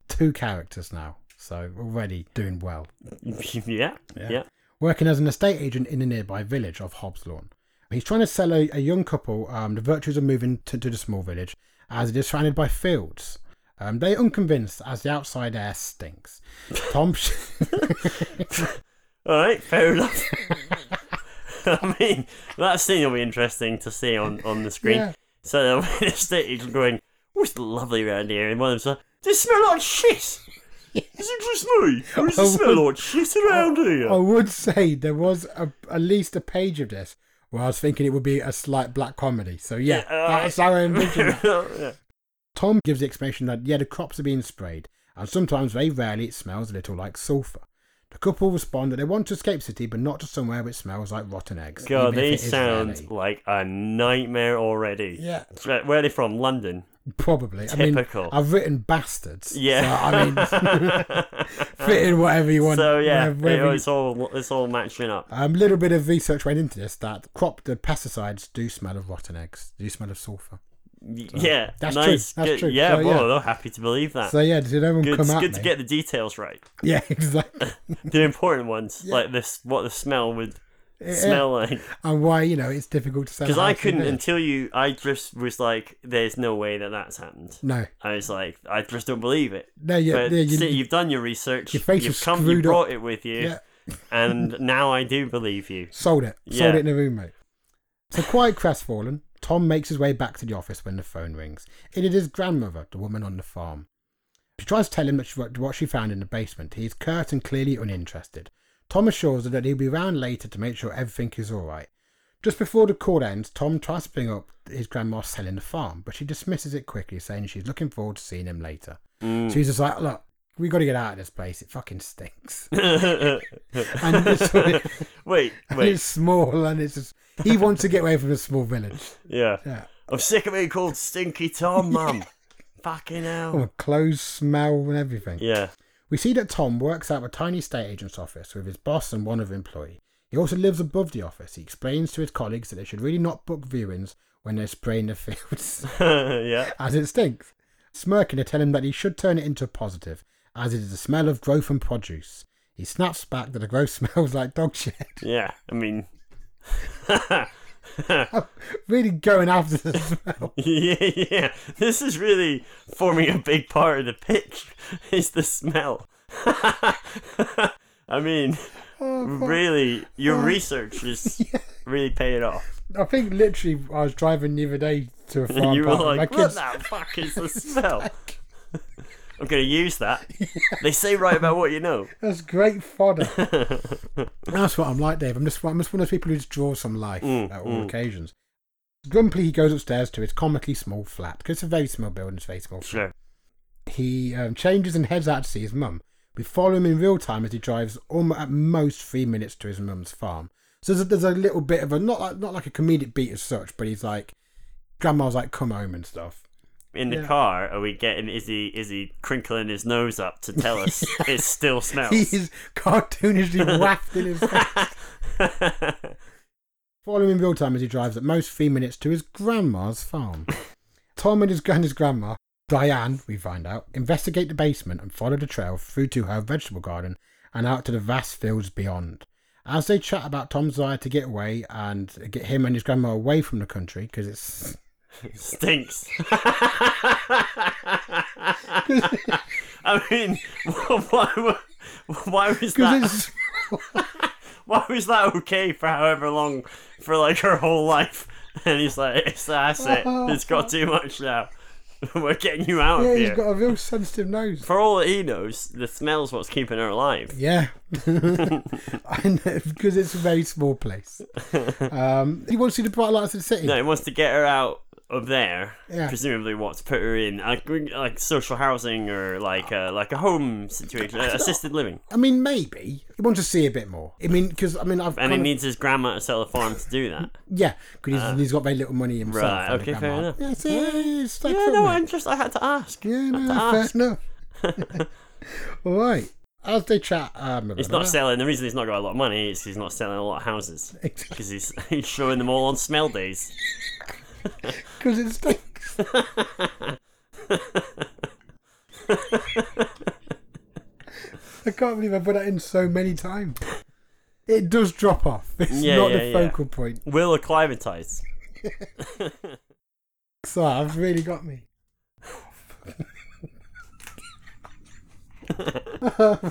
S2: Two characters now, so already doing well
S1: yeah, yeah,
S2: Yeah. working as an estate agent in the nearby village of Hobslawn. He's trying to sell a, a young couple um, the virtues of moving to, to the small village as it is surrounded by fields. Um, they're unconvinced as the outside air stinks. Tom, sh-
S1: All right, fair enough. I mean, that scene will be interesting to see on, on the screen.
S2: Yeah.
S1: So they'll be in a state agent going, "Oh, it's lovely around here," and one of them's like, "Does it smell like shit?" Is it just me? Or does
S2: I
S1: it smell
S2: would-
S1: like shit around here?
S2: I would say there was a, at least a page of this where I was thinking it would be a slight black comedy. So yeah,
S1: Yeah, alright.
S2: that's how I envisioned that.
S1: Yeah.
S2: Tom gives the explanation that yeah, the crops are being sprayed, and sometimes very rarely it smells a little like sulphur. The couple respond that they want to escape city, but not to somewhere which smells like rotten eggs.
S1: God,
S2: even if
S1: they
S2: it is
S1: sound
S2: rarely.
S1: like a nightmare already.
S2: Yeah.
S1: Right, Where are they from? London.
S2: probably I
S1: typical.
S2: mean, I've written bastards.
S1: Yeah.
S2: so, I mean, fit in whatever you want.
S1: so yeah,
S2: wherever- wherever
S1: it-
S2: you-
S1: it's all it's all matching up.
S2: Um, little bit of research went into this that crop the pesticides do smell of rotten eggs, do smell of sulphur.
S1: Y- yeah,
S2: That's true,
S1: nice.
S2: that's
S1: good-
S2: true.
S1: Yeah,
S2: So,
S1: well,
S2: yeah.
S1: they're happy to believe that.
S2: So yeah, did everyone
S1: Ah. good,
S2: come
S1: it's
S2: out?
S1: good to get the details right.
S2: Yeah, exactly.
S1: The important ones,
S2: Yeah.
S1: like this, what the smell would
S2: Yeah.
S1: smell like.
S2: and why you know it's difficult to sell.
S1: Because
S2: a
S1: I
S2: house in
S1: couldn't
S2: there.
S1: until you. I just was like, "There's no way that that's happened."
S2: No,
S1: I was like, "I just don't believe it."
S2: no, yeah,
S1: but
S2: yeah, you,
S1: see, you've done your research.
S2: your face
S1: you've
S2: was
S1: come. You
S2: screwed up.
S1: brought it with you,
S2: yeah.
S1: and now I do believe you.
S2: Sold it.
S1: Yeah.
S2: Sold it in a roommate. So quite crestfallen, Tom makes his way back to the office when the phone rings. It is his grandmother, the woman on the farm. She tries to tell him that she- what she found in the basement. He is curt and clearly uninterested. Tom assures her that he'll be round later to make sure everything is all right. Just before the call ends, Tom tries to bring up his grandma selling the farm, but she dismisses it quickly, saying she's looking forward to seeing him later.
S1: Mm.
S2: So he's just like, look, we got to get out of this place. It fucking stinks. And it's, and
S1: wait,
S2: it's
S1: wait,
S2: small, and it's just, he wants to get away from this small village.
S1: yeah.
S2: Yeah.
S1: I'm sick of being called Stinky Tom, mum. Fucking hell.
S2: Oh, a clothes smell and everything.
S1: Yeah.
S2: We see that Tom works out of a tiny estate agent's office with his boss and one other employee. He also lives above the office. He explains to his colleagues that they should really not book viewings when they're spraying the fields
S1: yeah.
S2: as it stinks. Smirking, they tell him that he should turn it into a positive, as it is the smell of growth and produce. He snaps back that the growth smells like dog shit.
S1: Yeah. I mean.
S2: really going after the smell.
S1: yeah, yeah. This is really forming a big part of the pitch. Is the smell? I mean, really, your research is really paying off.
S2: I think literally, I was driving the other day to a farm.
S1: you were
S2: park and
S1: like,
S2: my
S1: "What
S2: kids-
S1: the fuck is the smell?" I'm gonna use that. They say right about what you know.
S2: That's great fodder. That's what I'm like, Dave. I'm just, I'm just one of those people who just draws some life
S1: Mm,
S2: at all occasions. Grumpily, he goes upstairs to his comically small flat, 'cause it's a very small building, it's a very small flat.
S1: Sure.
S2: He um, changes and heads out to see his mum. We follow him in real time as he drives almost at most three minutes to his mum's farm. So there's a, there's a little bit of a, not like, not like a comedic beat as such, but he's like, Grandma's like, come home and stuff.
S1: In the
S2: Yeah.
S1: car, are we getting? Is he is he crinkling his nose up to tell us it still smells?
S2: He's cartoonishly wafting his Following in real time as he drives at most three minutes to his grandma's farm. Tom and his, and his grandma, Diane, we find out, investigate the basement and follow the trail through to her vegetable garden and out to the vast fields beyond. As they chat about Tom's desire to get away and get him and his grandma away from the country because it's
S1: stinks. I mean, why, wa- why was
S2: because
S1: that?
S2: it's
S1: Why was that okay for however long, for like her whole life? And he's like, "It's that's it. It's got too much now. We're getting you out
S2: yeah
S1: of
S2: he's
S1: here."
S2: got a real sensitive nose.
S1: For all that he knows, the smell's what's keeping her alive.
S2: Yeah, I know because it's a very small place. Um, he wants you to bright lights of the city.
S1: No, he wants to get her out of there.
S2: Yeah.
S1: Presumably, wants to put her in like, like social housing or like a, like a home situation, uh, assisted living.
S2: I mean, maybe he wants to see a bit more. I mean, because I mean,
S1: And
S2: I've kind
S1: he
S2: of-
S1: needs his grandma to sell the farm to do that.
S2: yeah, because he's, he's got very little money himself.
S1: Right,
S2: and
S1: okay,
S2: the
S1: fair
S2: grandma-
S1: enough.
S2: Yeah, see, it's like
S1: yeah,
S2: something.
S1: no, I'm just I Ah. had to ask.
S2: yeah,
S1: Had
S2: no,
S1: to
S2: fair
S1: ask.
S2: enough. All right. As they chat, um,
S1: He's not selling. The reason he's not got a lot of money is he's not selling a lot of houses
S2: because
S1: because he's he's showing them all on smell days.
S2: it stinks. I can't believe I put that in so many times. It does drop off. It's
S1: Yeah,
S2: not
S1: yeah,
S2: the
S1: yeah.
S2: focal point.
S1: Will acclimatize.
S2: So I've really got me. I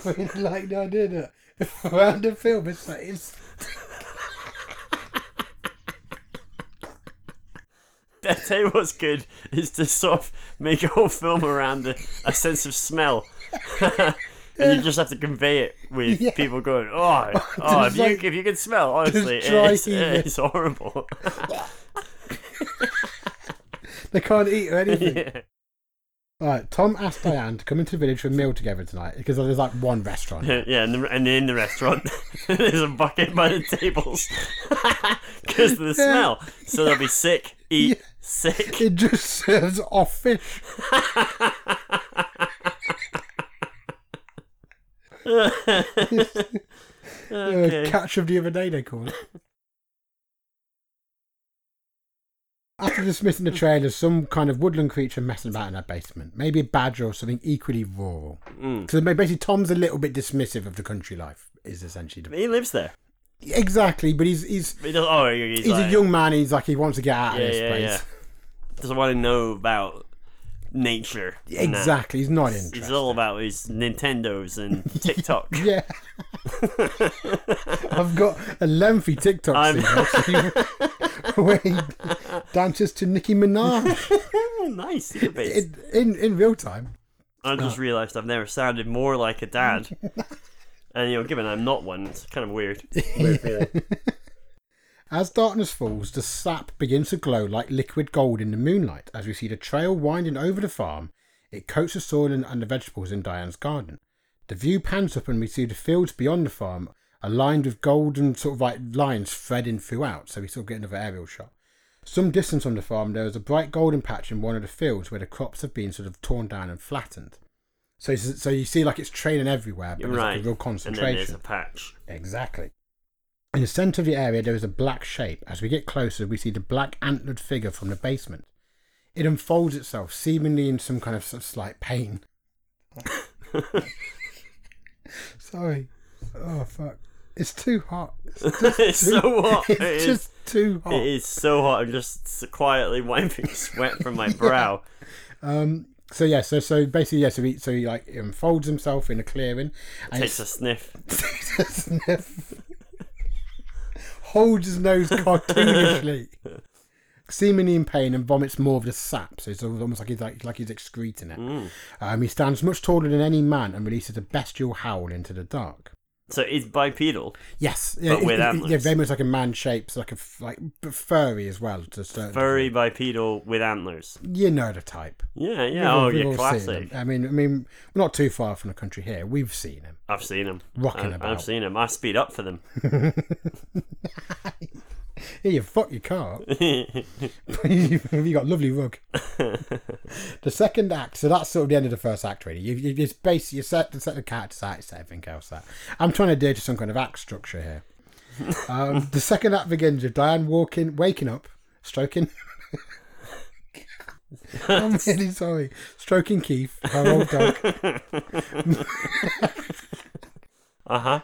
S2: really like the idea that if around the film it's like it's
S1: I tell you what's good is to sort of make a whole film around the, a sense of smell. and you just have to convey it with
S2: Yeah.
S1: people going, oh, oh if,
S2: Just like-
S1: you, if you can smell, honestly,
S2: just dry
S1: it's,
S2: heaving.
S1: it's horrible.
S2: they can't eat or anything.
S1: yeah.
S2: Alright, Tom asked Diane to come into the village for a meal together tonight because there's like one restaurant.
S1: Yeah, and, the, and in the restaurant, there's a bucket by the tables because of the smell. So they'll be sick, eat, sick.
S2: It just serves off fish.
S1: Okay.
S2: Uh, catch of the other day, they call it. After dismissing the trailer, some kind of woodland creature messing about in that basement. Maybe a badger or something equally rural.
S1: Mm.
S2: So basically, Tom's a little bit dismissive of the country life, is essentially the...
S1: He lives there.
S2: Exactly, but he's he's
S1: But he doesn't, oh, he's,
S2: he's
S1: like,
S2: a young man. He's like, he wants to get out
S1: Yeah,
S2: of this
S1: yeah,
S2: place.
S1: yeah. Doesn't want to know about nature. and that.
S2: Exactly, he's not interested.
S1: It's all about his Nintendos and TikTok.
S2: Yeah. I've got a lengthy TikTok
S1: I'm-
S2: scene actually, where he dances to Nicki Minaj
S1: Oh, nice. look at this.
S2: in, in, in real time.
S1: I just realised I've never sounded more like a dad. and you know, given I'm not one, it's kind of weird.
S2: As darkness falls, the sap begins to glow like liquid gold in the moonlight. As we see the trail winding over the farm, it coats the soil and, and the vegetables in Diane's garden. The view pans up and we see the fields beyond the farm, aligned with golden sort of like lines threading throughout, so we sort of get another aerial shot. Some distance from the farm, there is a bright golden patch in one of the fields where the crops have been sort of torn down and flattened. So, it's- so you see, like it's training everywhere, but
S1: You're
S2: there's like,
S1: right.
S2: a real
S1: and
S2: concentration.
S1: then there's a patch.
S2: Exactly. In the centre of the area, there is a black shape. As we get closer, we see the black antlered figure from the basement. It unfolds itself, seemingly in some kind of s- slight pain. Sorry. Oh, fuck. It's too hot. It's,
S1: it's so hot.
S2: it's
S1: It is-
S2: just too hot.
S1: It is so hot. I'm just s- quietly wiping sweat from my brow.
S2: Um, so, yeah, so so basically, yeah, so he, so he like unfolds himself in a clearing and
S1: Takes a sniff.
S2: takes a sniff. Holds his nose cartoonishly, seemingly in pain, and vomits more of the sap. So it's al- almost like he's like, like he's excreting it.
S1: Mm.
S2: Um, he stands much taller than any man and releases a bestial howl into the dark.
S1: So it's bipedal.
S2: Yes, yeah,
S1: But with
S2: yeah,
S1: antlers.
S2: very much like a man shaped, like a f- like but furry as well. To a certain
S1: Furry
S2: degree.
S1: bipedal with antlers.
S2: you know the type.
S1: Yeah,
S2: We've
S1: yeah.
S2: all-
S1: Oh,
S2: we've
S1: yeah,
S2: all seen
S1: classic.
S2: them. I mean, I mean, we're not too far from the country here. We've seen him.
S1: I've seen them.
S2: Rocking
S1: I,
S2: about.
S1: I've seen them. I speed up for them.
S2: Yeah, you fuck your car. up.
S1: Uh-huh.
S2: you got lovely rug. the second act, so that's sort of the end of the first act, really. You, you just basically you set the set the characters out, you set everything else out. I'm trying to adhere to some kind of act structure here. Um, the second act begins with Diane walking, waking up, stroking. I'm really sorry, stroking Keith, her old dog.
S1: Uh huh.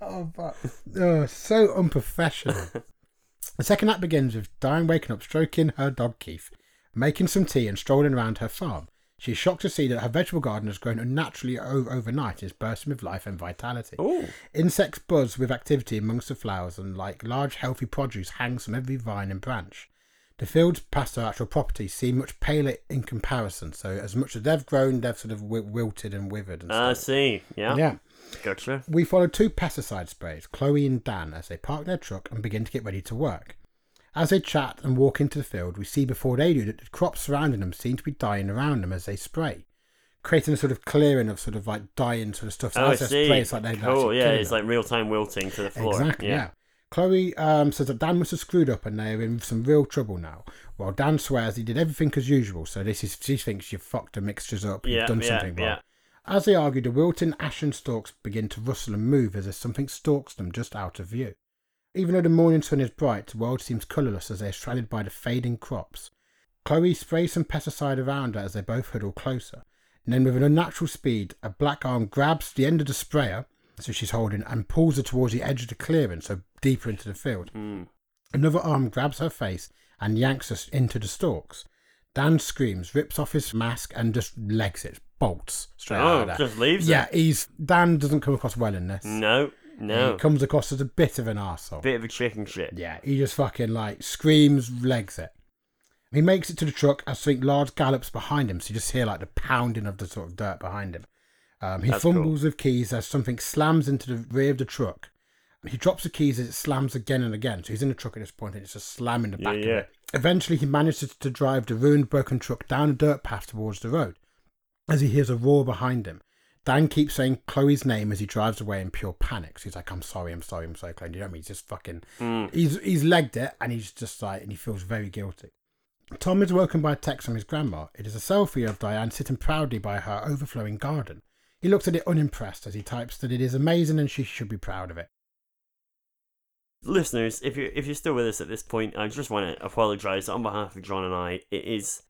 S2: Oh, but oh, so unprofessional. the second act begins with Diane waking up, stroking her dog Keith, making some tea, and strolling around her farm. She's shocked to see that her vegetable garden has grown unnaturally o- overnight, is bursting with life and vitality.
S1: Ooh.
S2: Insects buzz with activity amongst the flowers, and like large, healthy produce, hangs from every vine and branch. The fields past her actual property seem much paler in comparison. So, as much as they've grown, they've sort of wi- wilted and withered and
S1: I
S2: stuff.
S1: see. Yeah.
S2: yeah.
S1: Gotcha.
S2: We follow two pesticide sprays, Chloe and Dan, as they park their truck and begin to get ready to work. As they chat and walk into the field, we see before they do that the crops surrounding them seem to be dying around them as they spray, creating a sort of clearing of sort of like dying sort of stuff.
S1: Oh, I
S2: as they
S1: see.
S2: spray, it's like they're
S1: cool.
S2: actually
S1: Yeah,
S2: killing
S1: it's
S2: them.
S1: like real time wilting to the floor.
S2: Exactly. Yeah. Chloe um, says that Dan must have screwed up and they're in some real trouble now. While Dan swears he did everything as usual, so this is she thinks you've fucked the mixtures up,
S1: Yeah,
S2: you've done
S1: yeah,
S2: something wrong.
S1: yeah.
S2: As they argue, the wilting ashen stalks begin to rustle and move as if something stalks them just out of view. Even though the morning sun is bright, the world seems colourless as they are shrouded by the fading crops. Chloe sprays some pesticide around her as they both huddle closer. And then, with an unnatural speed, a black arm grabs the end of the sprayer, so she's holding, and pulls her towards the edge of the clearing, so deeper into the field.
S1: Mm.
S2: Another arm grabs her face and yanks us into the stalks. Dan screams, rips off his mask, and just legs it, bolts straight out
S1: Oh,
S2: of there.
S1: just leaves.
S2: yeah,
S1: it.
S2: he's Dan doesn't come across well in this.
S1: No. No.
S2: He comes across as a bit of an arsehole.
S1: Bit of a chicken shit.
S2: Yeah, he just fucking like screams, legs it. He makes it to the truck as something large gallops behind him, so you just hear like the pounding of the sort of dirt behind him. Um, he
S1: That's cool.
S2: fumbles with keys as something slams into the rear of the truck. He drops the keys as it slams again and again. So he's in the truck at this point and it's just slamming the
S1: Yeah,
S2: back
S1: yeah.
S2: of it. Eventually, he manages to drive the ruined, broken truck down a dirt path towards the road as he hears a roar behind him. Dan keeps saying Chloe's name as he drives away in pure panic. So he's like, I'm sorry, I'm sorry, I'm sorry, Chloe. You know what I mean? He's just fucking.
S1: Hmm.
S2: He's, he's legged it and he's just like, and he feels very guilty. Tom is woken by a text from his grandma. It is a selfie of Diane sitting proudly by her overflowing garden. He looks at it unimpressed as he types that it is amazing and she should be proud of it.
S1: listeners, if you're if you're still with us at this point, I just want to apologise on behalf of John and I. It is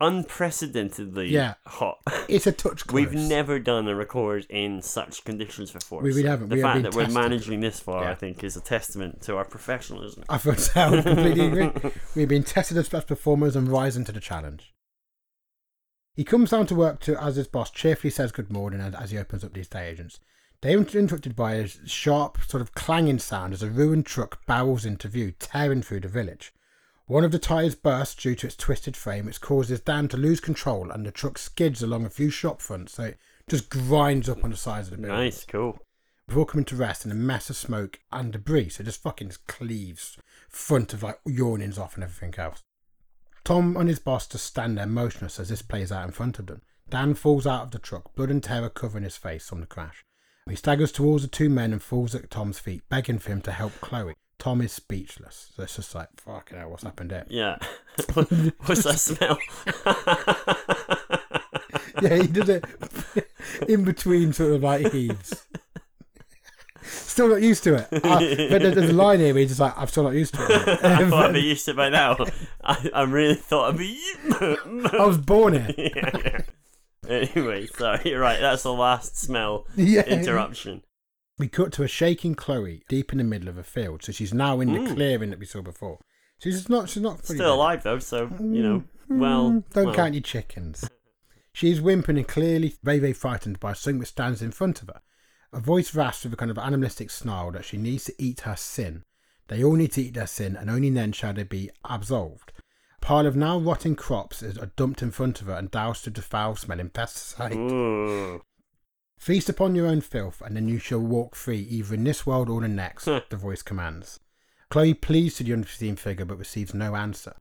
S1: unprecedentedly
S2: Yeah.
S1: hot.
S2: It's a touch close.
S1: We've never done a record in such conditions before.
S2: We- we
S1: so
S2: haven't.
S1: The
S2: We have
S1: fact
S2: been
S1: that
S2: tested.
S1: we're managing this far,
S2: Yeah.
S1: I think, is a testament to our professionalism.
S2: I feel so I completely agree. We've been tested as best performers and rising to the challenge. He comes down to work to as his boss cheerfully says good morning as, as he opens up these day agents. They are interrupted by a sharp, sort of clanging sound as a ruined truck barrels into view, tearing through the village. One of the tyres bursts due to its twisted frame, which causes Dan to lose control, and the truck skids along a few shop fronts, so it just grinds up on the sides of the building.
S1: Nice, cool.
S2: before coming to rest in a mess of smoke and debris. So just fucking just cleaves front of like yawnings off and everything else. Tom and his boss just stand there motionless as this plays out in front of them. Dan falls out of the truck, blood and terror covering his face from the crash. He staggers towards the two men and falls at Tom's feet, begging for him to help Chloe. Tom is speechless. So it's just like, fucking hell, what's happened there?
S1: Yeah. What's that smell?
S2: yeah, he does it in between sort of like heaves. Still not used to it. I, but there- there's a line here where he's just like, I'm still not used to it.
S1: I thought I'd be used to it by now. I, I really thought I'd be.
S2: I was born here.
S1: yeah, yeah. Anyway, sorry. You're right. That's the last smell
S2: Yeah.
S1: interruption.
S2: We cut to a shaking Chloe deep in the middle of a field, so she's now in the clearing that we saw before. She's just not. She's not fully
S1: Still
S2: dead.
S1: alive though, so you know. Well,
S2: Mm, Mm-hmm. Don't
S1: well,
S2: count your chickens. She is whimpering and clearly very, very frightened by something which stands in front of her. A voice rasps with a kind of animalistic snarl that she needs to eat her sin. They all need to eat their sin, and only then shall they be absolved. A pile of now rotting crops is are dumped in front of her and doused with the foul smelling pesticide.
S1: Ooh.
S2: Feast upon your own filth, and then you shall walk free, either in this world or the next,
S1: Huh.
S2: the voice commands. Chloe pleads to the unforeseen figure, but receives no answer.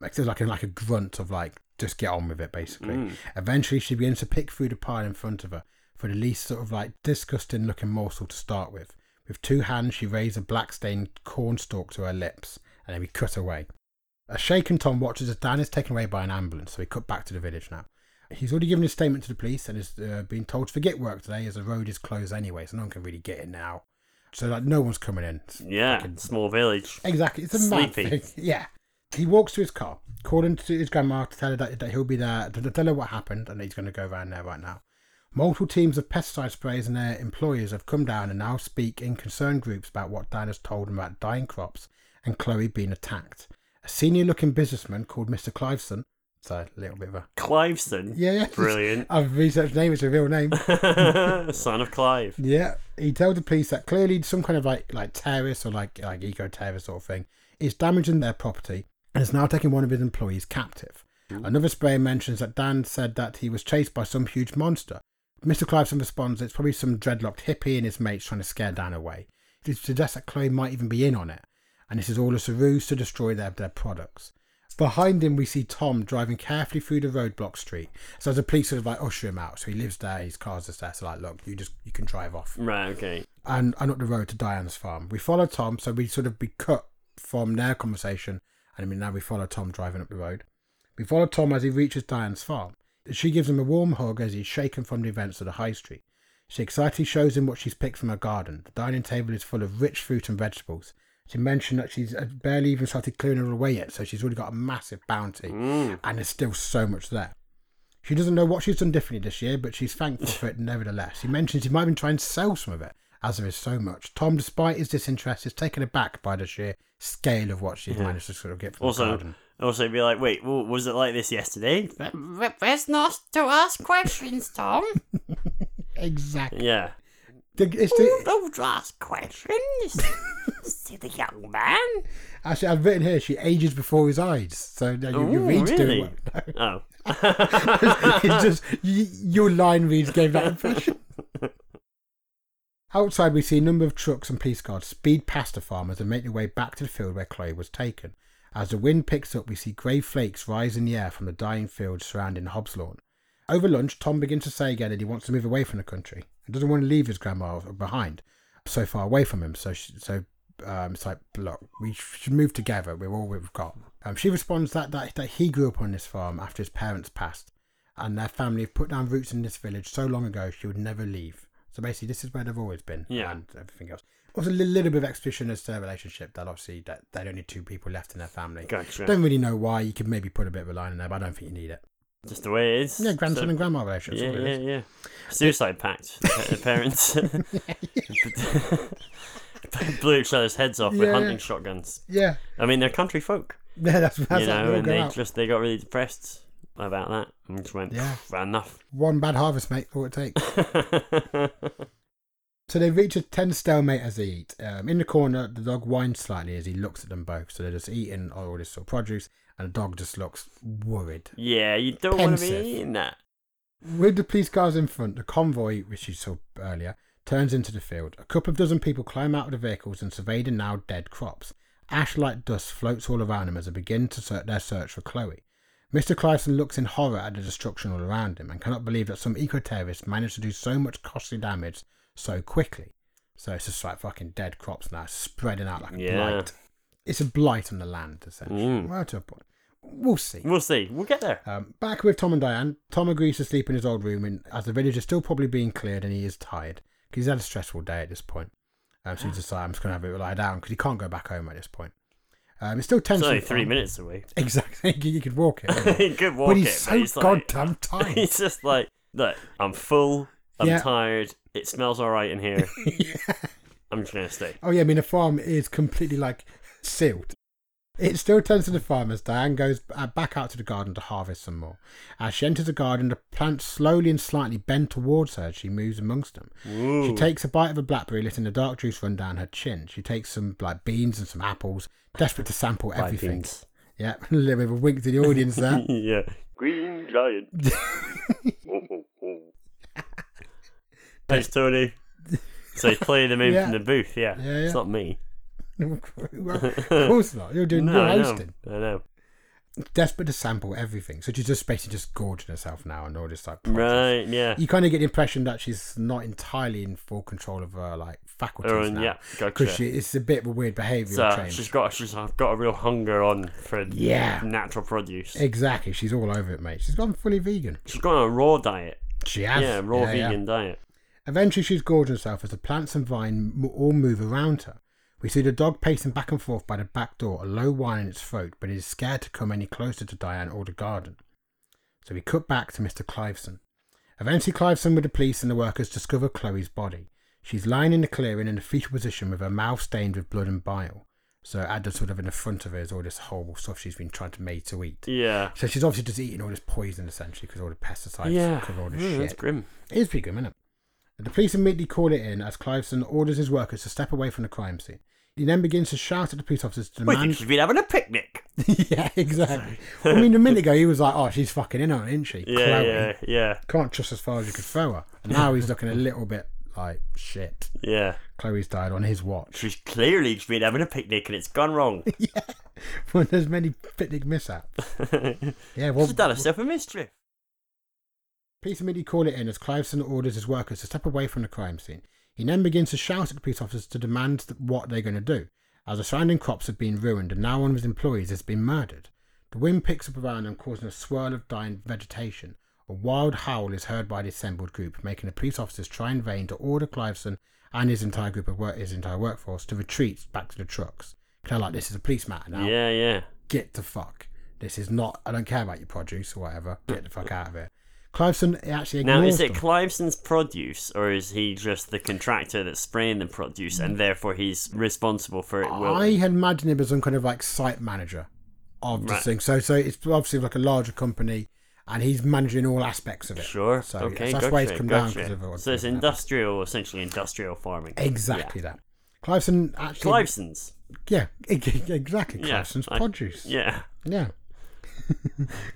S2: Makes it like a, like a grunt of like, just get on with it, basically. Eventually, she begins to pick through the pile in front of her for the least sort of like disgusting looking morsel to start with. With two hands, she raises a black stained cornstalk to her lips, and then we cut away. A shaken Tom watches as Dan is taken away by an ambulance, so we cut back to the village now. He's already given his statement to the police and is uh, being told to forget work today as the road is closed anyway, so no one can really get in now. So like, no one's coming in. It's
S1: Yeah,
S2: fucking-
S1: small village.
S2: exactly. It's a mad
S1: Sleepy.
S2: thing. Yeah. He walks to his car, calling to his grandma to tell her that, that he'll be there, to, to tell her what happened, and that he's going to go around there right now. Multiple teams of pesticide sprayers and their employers have come down and now speak in concerned groups about what Dan has told them about dying crops and Chloe being attacked. A senior looking businessman called Mr. Cliveson, so a little bit of a.
S1: Cliveson.
S2: Yeah, yeah.
S1: Brilliant.
S2: I've researched the name, it's a real name. Um,
S1: Son of Clive.
S2: Yeah, he told the police that clearly some kind of like like terrorist or like like eco terrorist sort of thing is damaging their property and is now taking one of his employees captive. Another sprayer mentions that Dan said that he was chased by some huge monster. Mr. Cliveson responds it's probably some dreadlocked hippie and his mates trying to scare Dan away. He suggests that Chloe might even be in on it, and this is all a ruse to destroy their, their products. Behind him, we see Tom driving carefully through the roadblock street. So the police sort of like usher him out. So he lives there, his car's just there. So like, look, you just you can drive off
S1: Right. Okay.
S2: and, and up the road to Diane's farm. We follow Tom, so we sort of be cut from their conversation, and I mean now we follow Tom driving up the road. We follow Tom as he reaches Diane's farm. She gives him a warm hug as he's shaken from the events of the high street. She excitedly shows him what she's picked from her garden. The dining table is full of rich fruit and vegetables. She mentioned that she's uh, barely even started clearing her away yet, so she's already got a massive bounty, and there's still so much there. She doesn't know what she's done differently this year, but she's thankful for it nevertheless. He mentions he might even try and sell some of it, as there is so much. Tom, despite his disinterest, is taken aback by the sheer scale of what she's managed to sort of get from the
S1: Also,
S2: garden.
S1: also be like, wait, w was it like this yesterday?
S4: Best not to ask questions, Tom.
S2: Exactly.
S1: Yeah.
S2: The- it's the-
S4: Don't ask questions, silly young man.
S2: actually, I've written here, she ages before his eyes. So no, you, your
S1: Ooh,
S2: read's
S1: really?
S2: doing well.
S1: Oh.
S2: it's just y your line reads gave that impression. Outside, we see a number of trucks and police guards speed past the farm as they make their way back to the field where Chloe was taken. As the wind picks up, we see grey flakes rise in the air from the dying fields surrounding Hobbs Lawn. Over lunch, Tom begins to say again that he wants to move away from the country and doesn't want to leave his grandma behind, so far away from him. So, she, so um, it's like, look, we should move together. We're all we've got. Um, she responds that, that that he grew up on this farm after his parents passed, and their family have put down roots in this village so long ago she would never leave. So basically, this is where they've always been.
S1: Yeah.
S2: and everything else. Also, a li- little bit of exposition as to their relationship. That obviously that they're only two people left in their family.
S1: Gotcha.
S2: Don't really know why. You could maybe put a bit of a line in there, but I don't think you need it.
S1: Just the way it is.
S2: Yeah, grandson
S1: So-
S2: and grandma relationship.
S1: Yeah,
S2: that's all it
S1: yeah,
S2: is.
S1: yeah. Suicide pact. pa- Parents blew each other's heads off with
S2: Yeah.
S1: hunting shotguns.
S2: yeah.
S1: I mean, they're country folk,
S2: Yeah, that's, that's
S1: you
S2: how
S1: know,
S2: they all
S1: and
S2: go
S1: they
S2: out.
S1: just they got really depressed about that and just went,
S2: Yeah.
S1: "Pff, enough.
S2: One bad harvest, mate, all it takes. so they reach a 10 stalemate as they eat. Um, in the corner, the dog whines slightly as he looks at them both. So they're just eating all this sort of produce, and the dog just looks worried.
S1: yeah, you don't want to be
S2: Pensive.
S1: eating that.
S2: With the police cars in front, the convoy, which you saw earlier, turns into the field. A couple of dozen people climb out of the vehicles and survey the now dead crops. Ash like dust floats all around them as they begin to search their search for Chloe. Mr. Cliveson looks in horror at the destruction all around him and cannot believe that some eco terrorists managed to do so much costly damage so quickly. So it's just like fucking dead crops now, spreading out like a
S1: Yeah.
S2: blight. It's a blight on the land, essentially.
S1: Mm.
S2: Right to a point. We'll see.
S1: We'll see. We'll get there.
S2: Um, back with Tom and Diane, Tom agrees to sleep in his old room, and as the village is still probably being cleared, and he is tired because he's had a stressful day at this point. Um, so he decides I'm just going to have it lie down because he can't go back home at this point. Um, it's still ten.
S1: It's only three minutes away.
S2: Exactly, you could walk it,
S1: he could walk
S2: but he's
S1: it,
S2: so
S1: but he's like,
S2: goddamn tired.
S1: he's just like, look, I'm full, I'm
S2: Yeah.
S1: tired, it smells all right in here. I'm just gonna stay.
S2: Oh yeah, I mean the farm is completely like sealed. It still turns to the farm as Diane goes uh, back out to the garden to harvest some more. As she enters the garden, the plants slowly and slightly bend towards her as she moves amongst them. She takes a bite of a blackberry, letting the dark juice run down her chin. She takes some like beans and some apples, desperate to sample
S1: Bye,
S2: everything.
S1: beans.
S2: Yeah, a little bit of a wink to the audience there.
S1: yeah. Green giant. Thanks, Tony. So he's playing them in
S2: Yeah.
S1: from the booth, yeah.
S2: Yeah, yeah.
S1: It's not me.
S2: well, of course not. You're doing
S1: no,
S2: you're
S1: I know.
S2: hosting.
S1: I know.
S2: Desperate to sample everything, so she's just basically just gorging herself now and all this like. produce.
S1: Right, yeah.
S2: you kind of get the impression that she's not entirely in full control of her like faculties
S1: Her own-
S2: now.
S1: yeah, gotcha.
S2: she, it's a bit of a weird behavioural
S1: So
S2: change.
S1: she's got she's got a real hunger on for
S2: Yeah.
S1: natural produce.
S2: Exactly, she's all over it, mate. She's gone fully vegan.
S1: She's got a raw diet.
S2: She has.
S1: yeah, raw
S2: Yeah, yeah.
S1: vegan diet.
S2: Eventually, she's gorging herself as the plants and vine m- all move around her. We see the dog pacing back and forth by the back door, a low whine in its throat, but it is scared to come any closer to Diane or the garden. So we cut back to Mr. Cliveson. Eventually, Cliveson with the police and the workers discover Chloe's body. She's lying in the clearing in a fetal position with her mouth stained with blood and bile. So, added sort of in the front of her is all this horrible stuff she's been trying to made to eat.
S1: Yeah.
S2: So, she's obviously just eating all this poison essentially because all the pesticides
S1: yeah.
S2: cover all this
S1: Mm,
S2: shit.
S1: that's grim.
S2: It is pretty grim, isn't it? The police immediately call it in as Cliveson orders his workers to step away from the crime scene. He then begins to shout at the police officers to
S1: We think
S2: demand.
S1: she's been having a picnic.
S2: yeah, exactly. I mean, a minute ago he was like, "Oh, she's fucking in on it, isn't she?"
S1: Yeah, yeah, yeah,
S2: Can't trust as far as you could throw her. And now he's looking a little bit like shit.
S1: yeah.
S2: Chloe's died on his watch.
S1: She's clearly just been having a picnic and it's gone wrong.
S2: When there's many picnic mishaps. Yeah, well,
S1: She's done herself a mischief.
S2: Police immediately call it in as Cliveson orders his workers to step away from the crime scene. He then begins to shout at the police officers to demand th- what they're going to do, as the surrounding crops have been ruined and now one of his employees has been murdered. The wind picks up around them, causing a swirl of dying vegetation. A wild howl is heard by the assembled group, making the police officers try in vain to order Cliveson and his entire group of work, his entire workforce to retreat back to the trucks. They're like, this is a police matter now
S1: Yeah, yeah.
S2: get the fuck. This is not. I don't care about your produce or whatever. Get the fuck out of it. Cliveson actually
S1: Now,
S2: ignores
S1: is it
S2: them.
S1: Cliveson's produce, or is he just the contractor that's spraying the produce, and therefore he's responsible for it? Will
S2: I had imagined him as some kind of like site manager of this
S1: Right.
S2: thing. So, so it's obviously like a larger company, and he's managing all aspects of it.
S1: sure.
S2: So
S1: okay,
S2: yes, that's
S1: gotcha,
S2: why it's come down
S1: gotcha.
S2: because of all
S1: So it's
S2: of that.
S1: industrial, essentially industrial farming.
S2: Exactly that. Cliveson actually.
S1: Cliveson's.
S2: Yeah, exactly.
S1: Yeah,
S2: Cliveson's
S1: I-
S2: produce.
S1: Yeah.
S2: Yeah.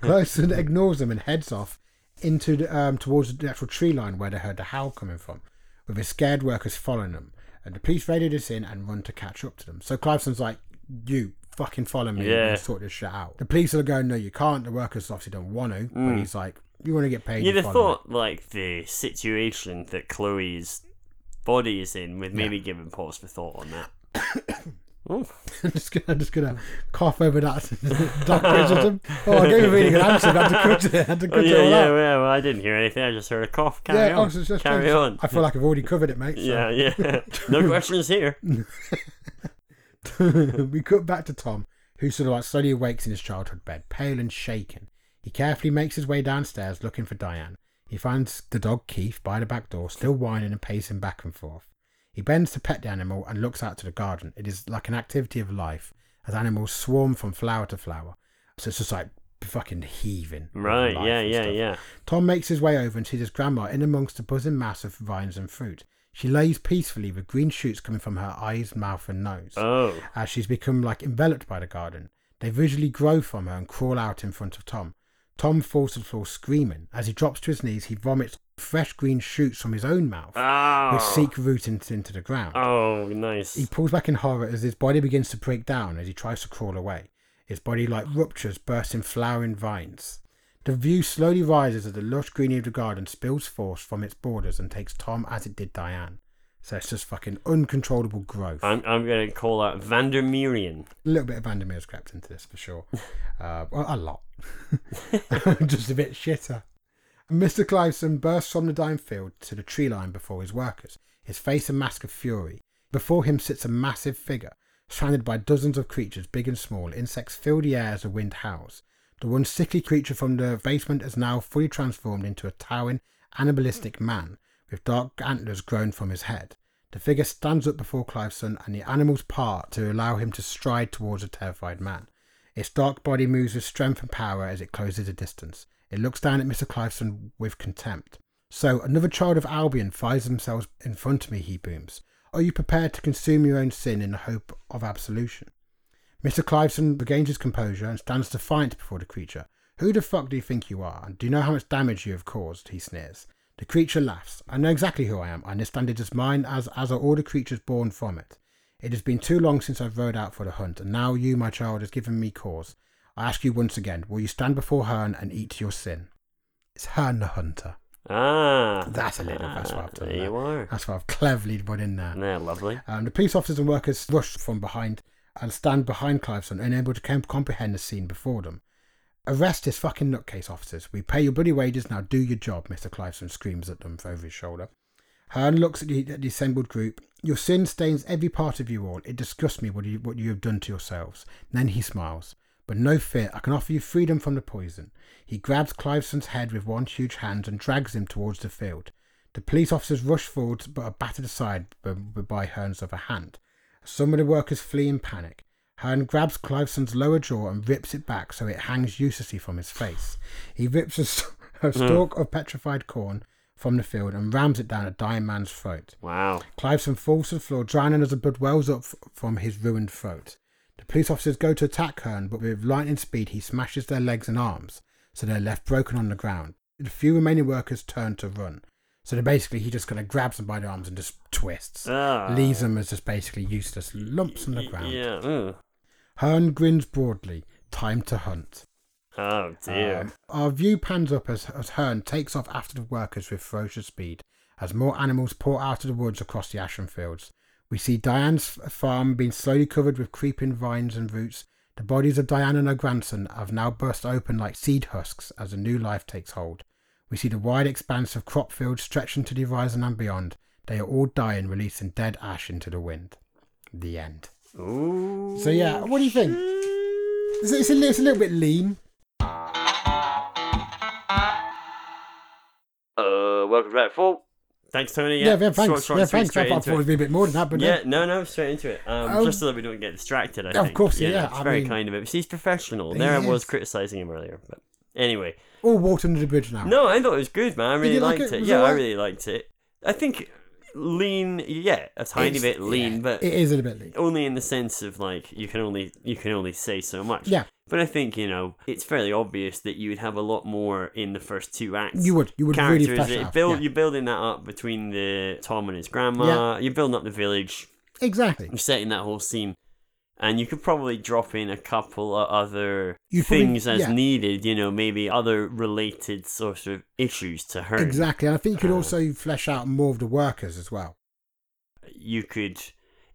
S2: Closen ignores them and heads off into the, um, towards the actual tree line where they heard the howl coming from, with his scared workers following them. And the police radio this in and run to catch up to them. So Cliveson's like, "You fucking follow me
S1: Yeah.
S2: and sort this shit out." The police are going, "No, you can't." The workers obviously don't want to, but he's like, "You want to get paid?"
S1: You'd
S2: you
S1: have
S2: follow me."
S1: Mm. thought, like, the situation that Chloe's body is in would maybe give him pause for thought on that. Oof.
S2: I'm just gonna, I'm just gonna cough over that dark criticism. Oh, I gave a really good answer. but I had to cut it. I had to cut
S1: Oh,
S2: it
S1: yeah,
S2: all
S1: yeah,
S2: out.
S1: yeah. Well, I didn't hear anything. I just heard a cough. Carry
S2: yeah,
S1: on.
S2: oh, so it's just-
S1: Carry on.
S2: I feel like I've already covered it, mate. so-
S1: Yeah, yeah. No questions here.
S2: we cut back to Tom, who sort of like slowly awakes in his childhood bed, pale and shaken. He carefully makes his way downstairs looking for Diane. He finds the dog Keith by the back door, still whining and pacing back and forth. He bends to pet the animal and looks out to the garden. It is like an activity of life, as animals swarm from flower to flower. So it's just like fucking heaving. with
S1: Right,
S2: life
S1: yeah,
S2: and
S1: yeah,
S2: stuff.
S1: yeah.
S2: Tom makes his way over and sees his grandma in amongst a buzzing mass of vines and fruit. She lays peacefully with green shoots coming from her eyes, mouth, and nose
S1: Oh.
S2: as she's become like enveloped by the garden. They visually grow from her and crawl out in front of Tom. Tom falls to the floor screaming. As he drops to his knees, he vomits fresh green shoots from his own mouth,
S1: Oh.
S2: which seek root into, into the ground.
S1: Oh,
S2: He
S1: nice.
S2: pulls back in horror as his body begins to break down as he tries to crawl away. His body like ruptures, bursts in flowering vines. The view slowly rises as the lush greenery of the garden spills forth from its borders and takes Tom as it did Diane. So it's just fucking uncontrollable growth.
S1: I'm, I'm going to call that Vandermeerian.
S2: a little bit of Vandermeer's crept into this for sure. Uh, well, a lot. Just a bit shitter. Mr. Cliveson bursts from the dying field to the tree line before his workers, his face a mask of fury. Before him sits a massive figure, surrounded by dozens of creatures, big and small. Insects fill the air as the wind howls. The one sickly creature from the basement is now fully transformed into a towering, animalistic man, with dark antlers grown from his head. The figure stands up before Cliveson, and the animals part to allow him to stride towards the terrified man. Its dark body moves with strength and power as it closes the distance. It looks down at Mr. Cliveson with contempt. So, another child of Albion finds themselves in front of me, he booms. Are you prepared to consume your own sin in the hope of absolution? Mr. Cliveson regains his composure and stands defiant before the creature. Who the fuck do you think you are? And do you know how much damage you have caused? He sneers. The creature laughs. I know exactly who I am. I understand it is mine, as, as are all the creatures born from it. It has been too long since I've rode out for the hunt, and now you, my child, has given me cause. I ask you once again, will you stand before Herne and eat your sin? It's Herne the Hunter.
S1: Ah.
S2: That's a little. That's what I've done.
S1: There you are.
S2: That's what I've cleverly put in there.
S1: There, lovely.
S2: Um, the police officers and workers rush from behind and stand behind Cliveson, unable to com- comprehend the scene before them. Arrest this fucking nutcase, officers. We pay your bloody wages, now do your job, Mr. Cliveson screams at them from over his shoulder. Hearn looks at the, at the assembled group. Your sin stains every part of you all. It disgusts me what you, what you have done to yourselves. Then he smiles. But no fear, I can offer you freedom from the poison. He grabs Cliveson's head with one huge hand and drags him towards the field. The police officers rush forward but are battered aside b- b- by Hearn's other hand. Some of the workers flee in panic. Hearn grabs Cliveson's lower jaw and rips it back so it hangs uselessly from his face. He rips a, s- a stalk of petrified corn from the field and rams it down a dying man's throat.
S1: Wow.
S2: Cliveson falls to the floor, drowning as the blood wells up f- from his ruined throat. The police officers go to attack Hearn, but with lightning speed, he smashes their legs and arms, so they're left broken on the ground. The few remaining workers turn to run. So they're basically, he just kind of grabs them by the arms and just twists,
S1: Ah.
S2: leaves them as just basically useless lumps on the
S1: Y-
S2: ground.
S1: Yeah. mm.
S2: Hearn grins broadly. Time to hunt.
S1: Oh dear.
S2: Um, our view pans up as, as Hearn takes off after the workers with ferocious speed. As more animals pour out of the woods across the ashen fields, we see Diane's f- farm being slowly covered with creeping vines and roots. The bodies of Diane and her grandson have now burst open like seed husks as a new life takes hold. We see the wide expanse of crop fields stretching to the horizon and beyond. They are all dying, releasing dead ash into the wind. The end.
S1: Ooh.
S2: So yeah, what do you think? It's, it's, a, li- it's a little bit lean.
S1: Uh, welcome to Redfall. Thanks, Tony. Yeah,
S2: Yeah, yeah,
S1: Short,
S2: thanks.
S1: short
S2: yeah,
S1: and sweet,
S2: thanks. I
S1: straight
S2: thought it
S1: into
S2: would
S1: it.
S2: be a bit more than that, but uh, no.
S1: Yeah, no, no, straight into it. Um,
S2: Oh.
S1: just so that we don't get distracted. I
S2: Of
S1: think.
S2: course, yeah,
S1: It's
S2: I
S1: very
S2: mean-
S1: kind of him. 'cause He's professional. There
S2: He
S1: I was
S2: is.
S1: criticizing him earlier, but anyway.
S2: all water under the bridge now.
S1: No, I thought it was good, man. I really
S2: Oh. you like
S1: liked
S2: it?
S1: it.
S2: Was it
S1: Yeah, I
S2: alright?
S1: really liked it. I think lean, yeah, a tiny
S2: It's-
S1: bit lean,
S2: yeah,
S1: but
S2: it is a little bit lean.
S1: only in the sense of like you can only you can only say so much.
S2: Yeah.
S1: But I think you know it's fairly obvious that you would have a lot more in the first two acts.
S2: You would- you would really
S1: Characters,
S2: flesh
S1: it
S2: it out,
S1: build
S2: yeah.
S1: you're building that up between the Tom and his grandma. You're building up the village.
S2: Exactly.
S1: You're setting that whole scene. And you could probably drop in a couple of other
S2: You probably-
S1: things as
S2: yeah.
S1: needed, you know, maybe other related sort of issues to her.
S2: Exactly. And I think you could
S1: Uh,
S2: also flesh out more of the workers as well.
S1: You could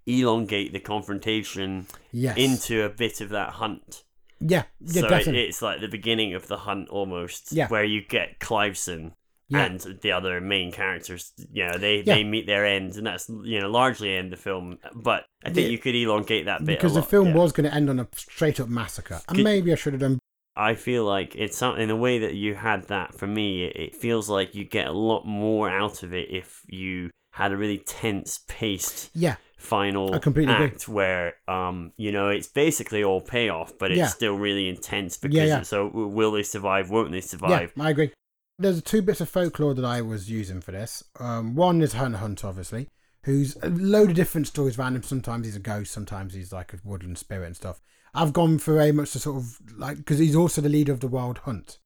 S1: elongate the confrontation
S2: Yes.
S1: into a bit of that hunt.
S2: yeah. Yeah,
S1: so it,
S2: definitely.
S1: it's like the beginning of the hunt almost,
S2: Yeah.
S1: where you get Cliveson
S2: Yeah.
S1: and the other main characters. You know, they,
S2: Yeah.
S1: they meet their ends, and that's you know largely end the film. But I think
S2: Yeah.
S1: you could elongate that bit a
S2: because the
S1: lot,
S2: film
S1: yeah.
S2: was going to end on a straight up massacre. And
S1: Could-
S2: maybe I should have done.
S1: I feel like it's some- in the way that you had that for me. It, it feels like you get a lot more out of it if you had a really tense paced
S2: Yeah.
S1: final
S2: I completely agree.
S1: act where um you know it's basically all payoff, but it's
S2: Yeah.
S1: still really intense
S2: Yeah,
S1: because
S2: yeah.
S1: it's so will they survive? Won't they
S2: Yeah,
S1: survive?
S2: I agree. There's two bits of folklore that I was using for this. Um, one is Hunt Hunt, obviously, who's a load of different stories around him. Sometimes he's a ghost, sometimes he's like a woodland spirit and stuff. I've gone for very much the sort of like because he's also the leader of the Wild Hunt.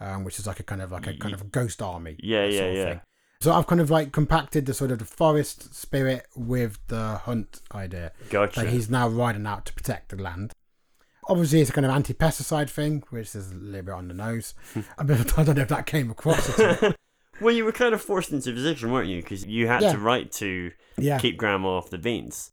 S2: um, which is like a kind of like a kind of ghost army.
S1: Yeah, yeah,
S2: sort of
S1: yeah.
S2: thing. So I've kind of like compacted the sort of the forest spirit with the hunt idea.
S1: Gotcha.
S2: Like he's now riding out to protect the land. Obviously, it's a kind of anti-pesticide thing, which is a little bit on the nose.
S1: Hmm.
S2: I, mean, I don't know if that came across. At all.
S1: Well, you were kind of forced into a position, weren't you? Because you had
S2: Yeah.
S1: to write to
S2: Yeah,
S1: keep grandma off the beans.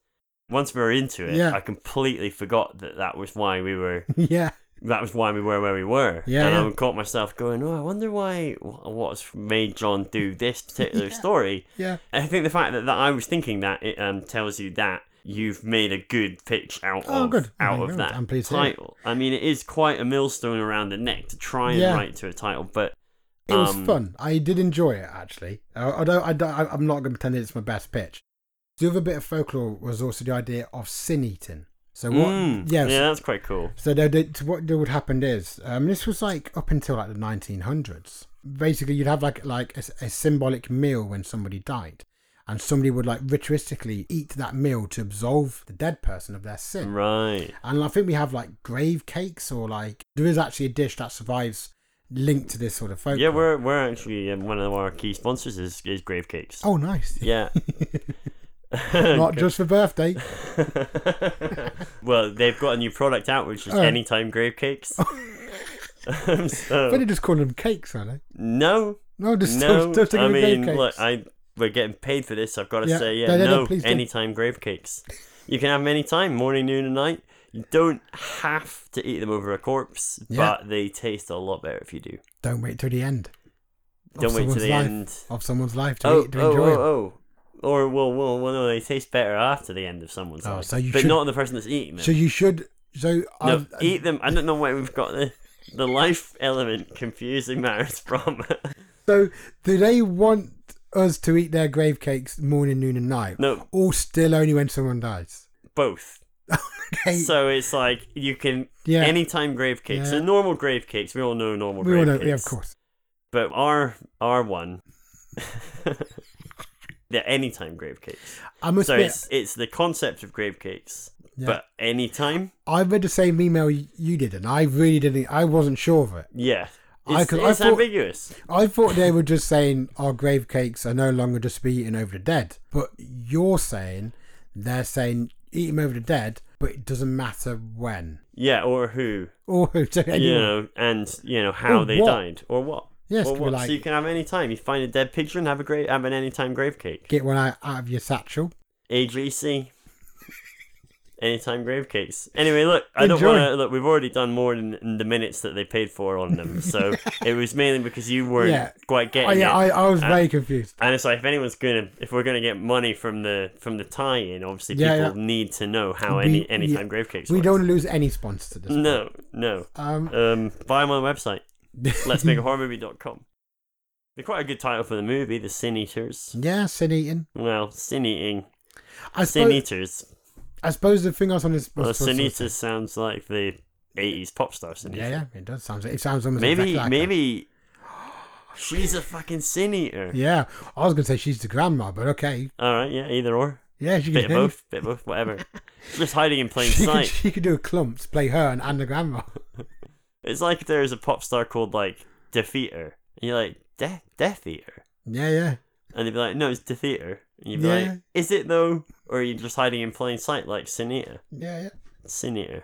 S1: Once we were into it,
S2: Yeah.
S1: I completely forgot that that was why we were.
S2: yeah,
S1: That was why we were where we were.
S2: Yeah,
S1: and
S2: yeah.
S1: I caught myself going, "Oh, I wonder why. wh- What's made John do this particular story?"
S2: yeah.
S1: I think the fact that, that I was thinking that it um, tells you that you've made a good pitch out
S2: Oh,
S1: of
S2: good.
S1: out
S2: Oh,
S1: of
S2: good.
S1: that
S2: I'm pleased to hear it.
S1: title. I mean, it is quite a millstone around the neck to try and
S2: Yeah.
S1: write to a title, but
S2: It was
S1: um,
S2: fun. I did enjoy it actually. Uh, Although I don't, I, I'm not going to pretend it's my best pitch. The other bit of folklore was also the idea of sin eating. So what?
S1: Mm,
S2: yes.
S1: yeah, that's quite cool.
S2: So they did, what would happen is, um, this was like up until like the 1900s. Basically, you'd have like like a, s- a symbolic meal when somebody died, and somebody would like ritualistically eat that meal to absolve the dead person of their sin.
S1: Right.
S2: And I think we have like grave cakes, or like there is actually a dish that survives linked to this sort of folklore.
S1: Yeah, we're we're actually um, one of our key sponsors is is Grave Cakes.
S2: oh nice.
S1: Yeah.
S2: Not just for birthday.
S1: well, they've got a new product out, which is
S2: Oh.
S1: Anytime Grave Cakes. Um, so-
S2: But they just call them cakes, are they?
S1: no,
S2: No, just
S1: no.
S2: just
S1: I
S2: them grave
S1: mean,
S2: cakes.
S1: look, I we're getting paid for this. so I've got to
S2: Yeah.
S1: say, yeah,
S2: No,
S1: no,
S2: no, no, please do.
S1: Anytime Grave Cakes. You can have them anytime, morning, noon, and night. You don't have to eat them over a corpse,
S2: Yeah.
S1: but they taste a lot better if you do.
S2: Don't wait till the end. of
S1: Don't wait till
S2: someone's
S1: the
S2: life-
S1: end.
S2: of someone's life to,
S1: oh,
S2: eat, to
S1: oh,
S2: enjoy. it.
S1: oh, oh. Or well, well, well, no, they taste better after the end of someone's
S2: Oh,
S1: life,
S2: so you
S1: but
S2: should-
S1: not the person that's eating them.
S2: So you should. So um,
S1: no,
S2: I've-
S1: eat them. I don't know why we've got the the life element confusing matters from.
S2: So do they want us to eat their grave cakes morning, noon, and night?
S1: No.
S2: Or still only when someone dies?
S1: Both.
S2: Okay.
S1: So it's like you can
S2: Yeah.
S1: anytime grave cakes. So
S2: Yeah.
S1: normal grave cakes, we all know normal
S2: we
S1: grave
S2: all know,
S1: cakes.
S2: yeah, of course.
S1: But our our one, they're anytime grave cakes.
S2: I must
S1: So
S2: admit,
S1: it's it's the concept of grave cakes,
S2: Yeah.
S1: but anytime.
S2: I read the same email y- you did, and I really didn't. I wasn't sure of it.
S1: Yeah.
S2: I
S1: It's,
S2: could- I
S1: it's
S2: thought-
S1: ambiguous.
S2: I thought they were just saying our grave cakes are no longer just to be eaten over the dead, but you're saying they're saying eat them over the dead, but it doesn't matter when
S1: Yeah, or who,
S2: or who. To anyone.
S1: you know, and you know how
S2: Or
S1: they
S2: what.
S1: died or what.
S2: Yes,
S1: or
S2: could be
S1: what.
S2: like-
S1: so you can have any time. You find a dead pigeon, have a great, have an anytime grave cake.
S2: Get one out, out of your satchel.
S1: AGC. Anytime grave cakes. Anyway, look, I don't
S2: Enjoy.
S1: want to look. We've already done more than, than the minutes that they paid for on them, so it was mainly because you weren't
S2: Yeah.
S1: quite
S2: Oh,
S1: getting
S2: yeah,
S1: it.
S2: I, I was
S1: Uh,
S2: very confused.
S1: and it's like if anyone's gonna, if we're gonna get money from the from the tie-in, obviously
S2: Yeah,
S1: people need to know how
S2: We-
S1: any anytime
S2: yeah,
S1: grave cakes.
S2: We
S1: works.
S2: don't want to lose any sponsors to this.
S1: No, no.
S2: Um,
S1: Um, buy them on the website. Let's make a horror movie.com. They're quite a good title for the movie, The Sin Eaters.
S2: yeah, sin eating.
S1: Well, Sin Eating.
S2: I
S1: Sin
S2: suppose,
S1: Eaters.
S2: I suppose the thing I was on this.
S1: Well,
S2: was- was-
S1: Sin
S2: was-
S1: Eaters sounds like the 80s pop star Sin
S2: Yeah,
S1: Eater.
S2: yeah, it does sound. It sounds almost
S1: Maybe,
S2: exactly like
S1: maybe she's a fucking Sin Eater.
S2: that. Yeah, I was gonna say she's the grandma, but okay.
S1: Alright, yeah, either or.
S2: Yeah, she
S1: Bit
S2: can
S1: of both, bit of both, whatever. Just hiding in plain
S2: She could,
S1: sight.
S2: she could do a clumps, play her and, and the grandma.
S1: It's like there's a pop star called, like, Defeater. And you're like, De- Defeater?
S2: Yeah, yeah.
S1: And they'd be like, no, it's the theater. And you'd be
S2: Yeah.
S1: like, is it though? Or are you just hiding in plain sight like Sinita?
S2: Yeah, yeah.
S1: Sinita.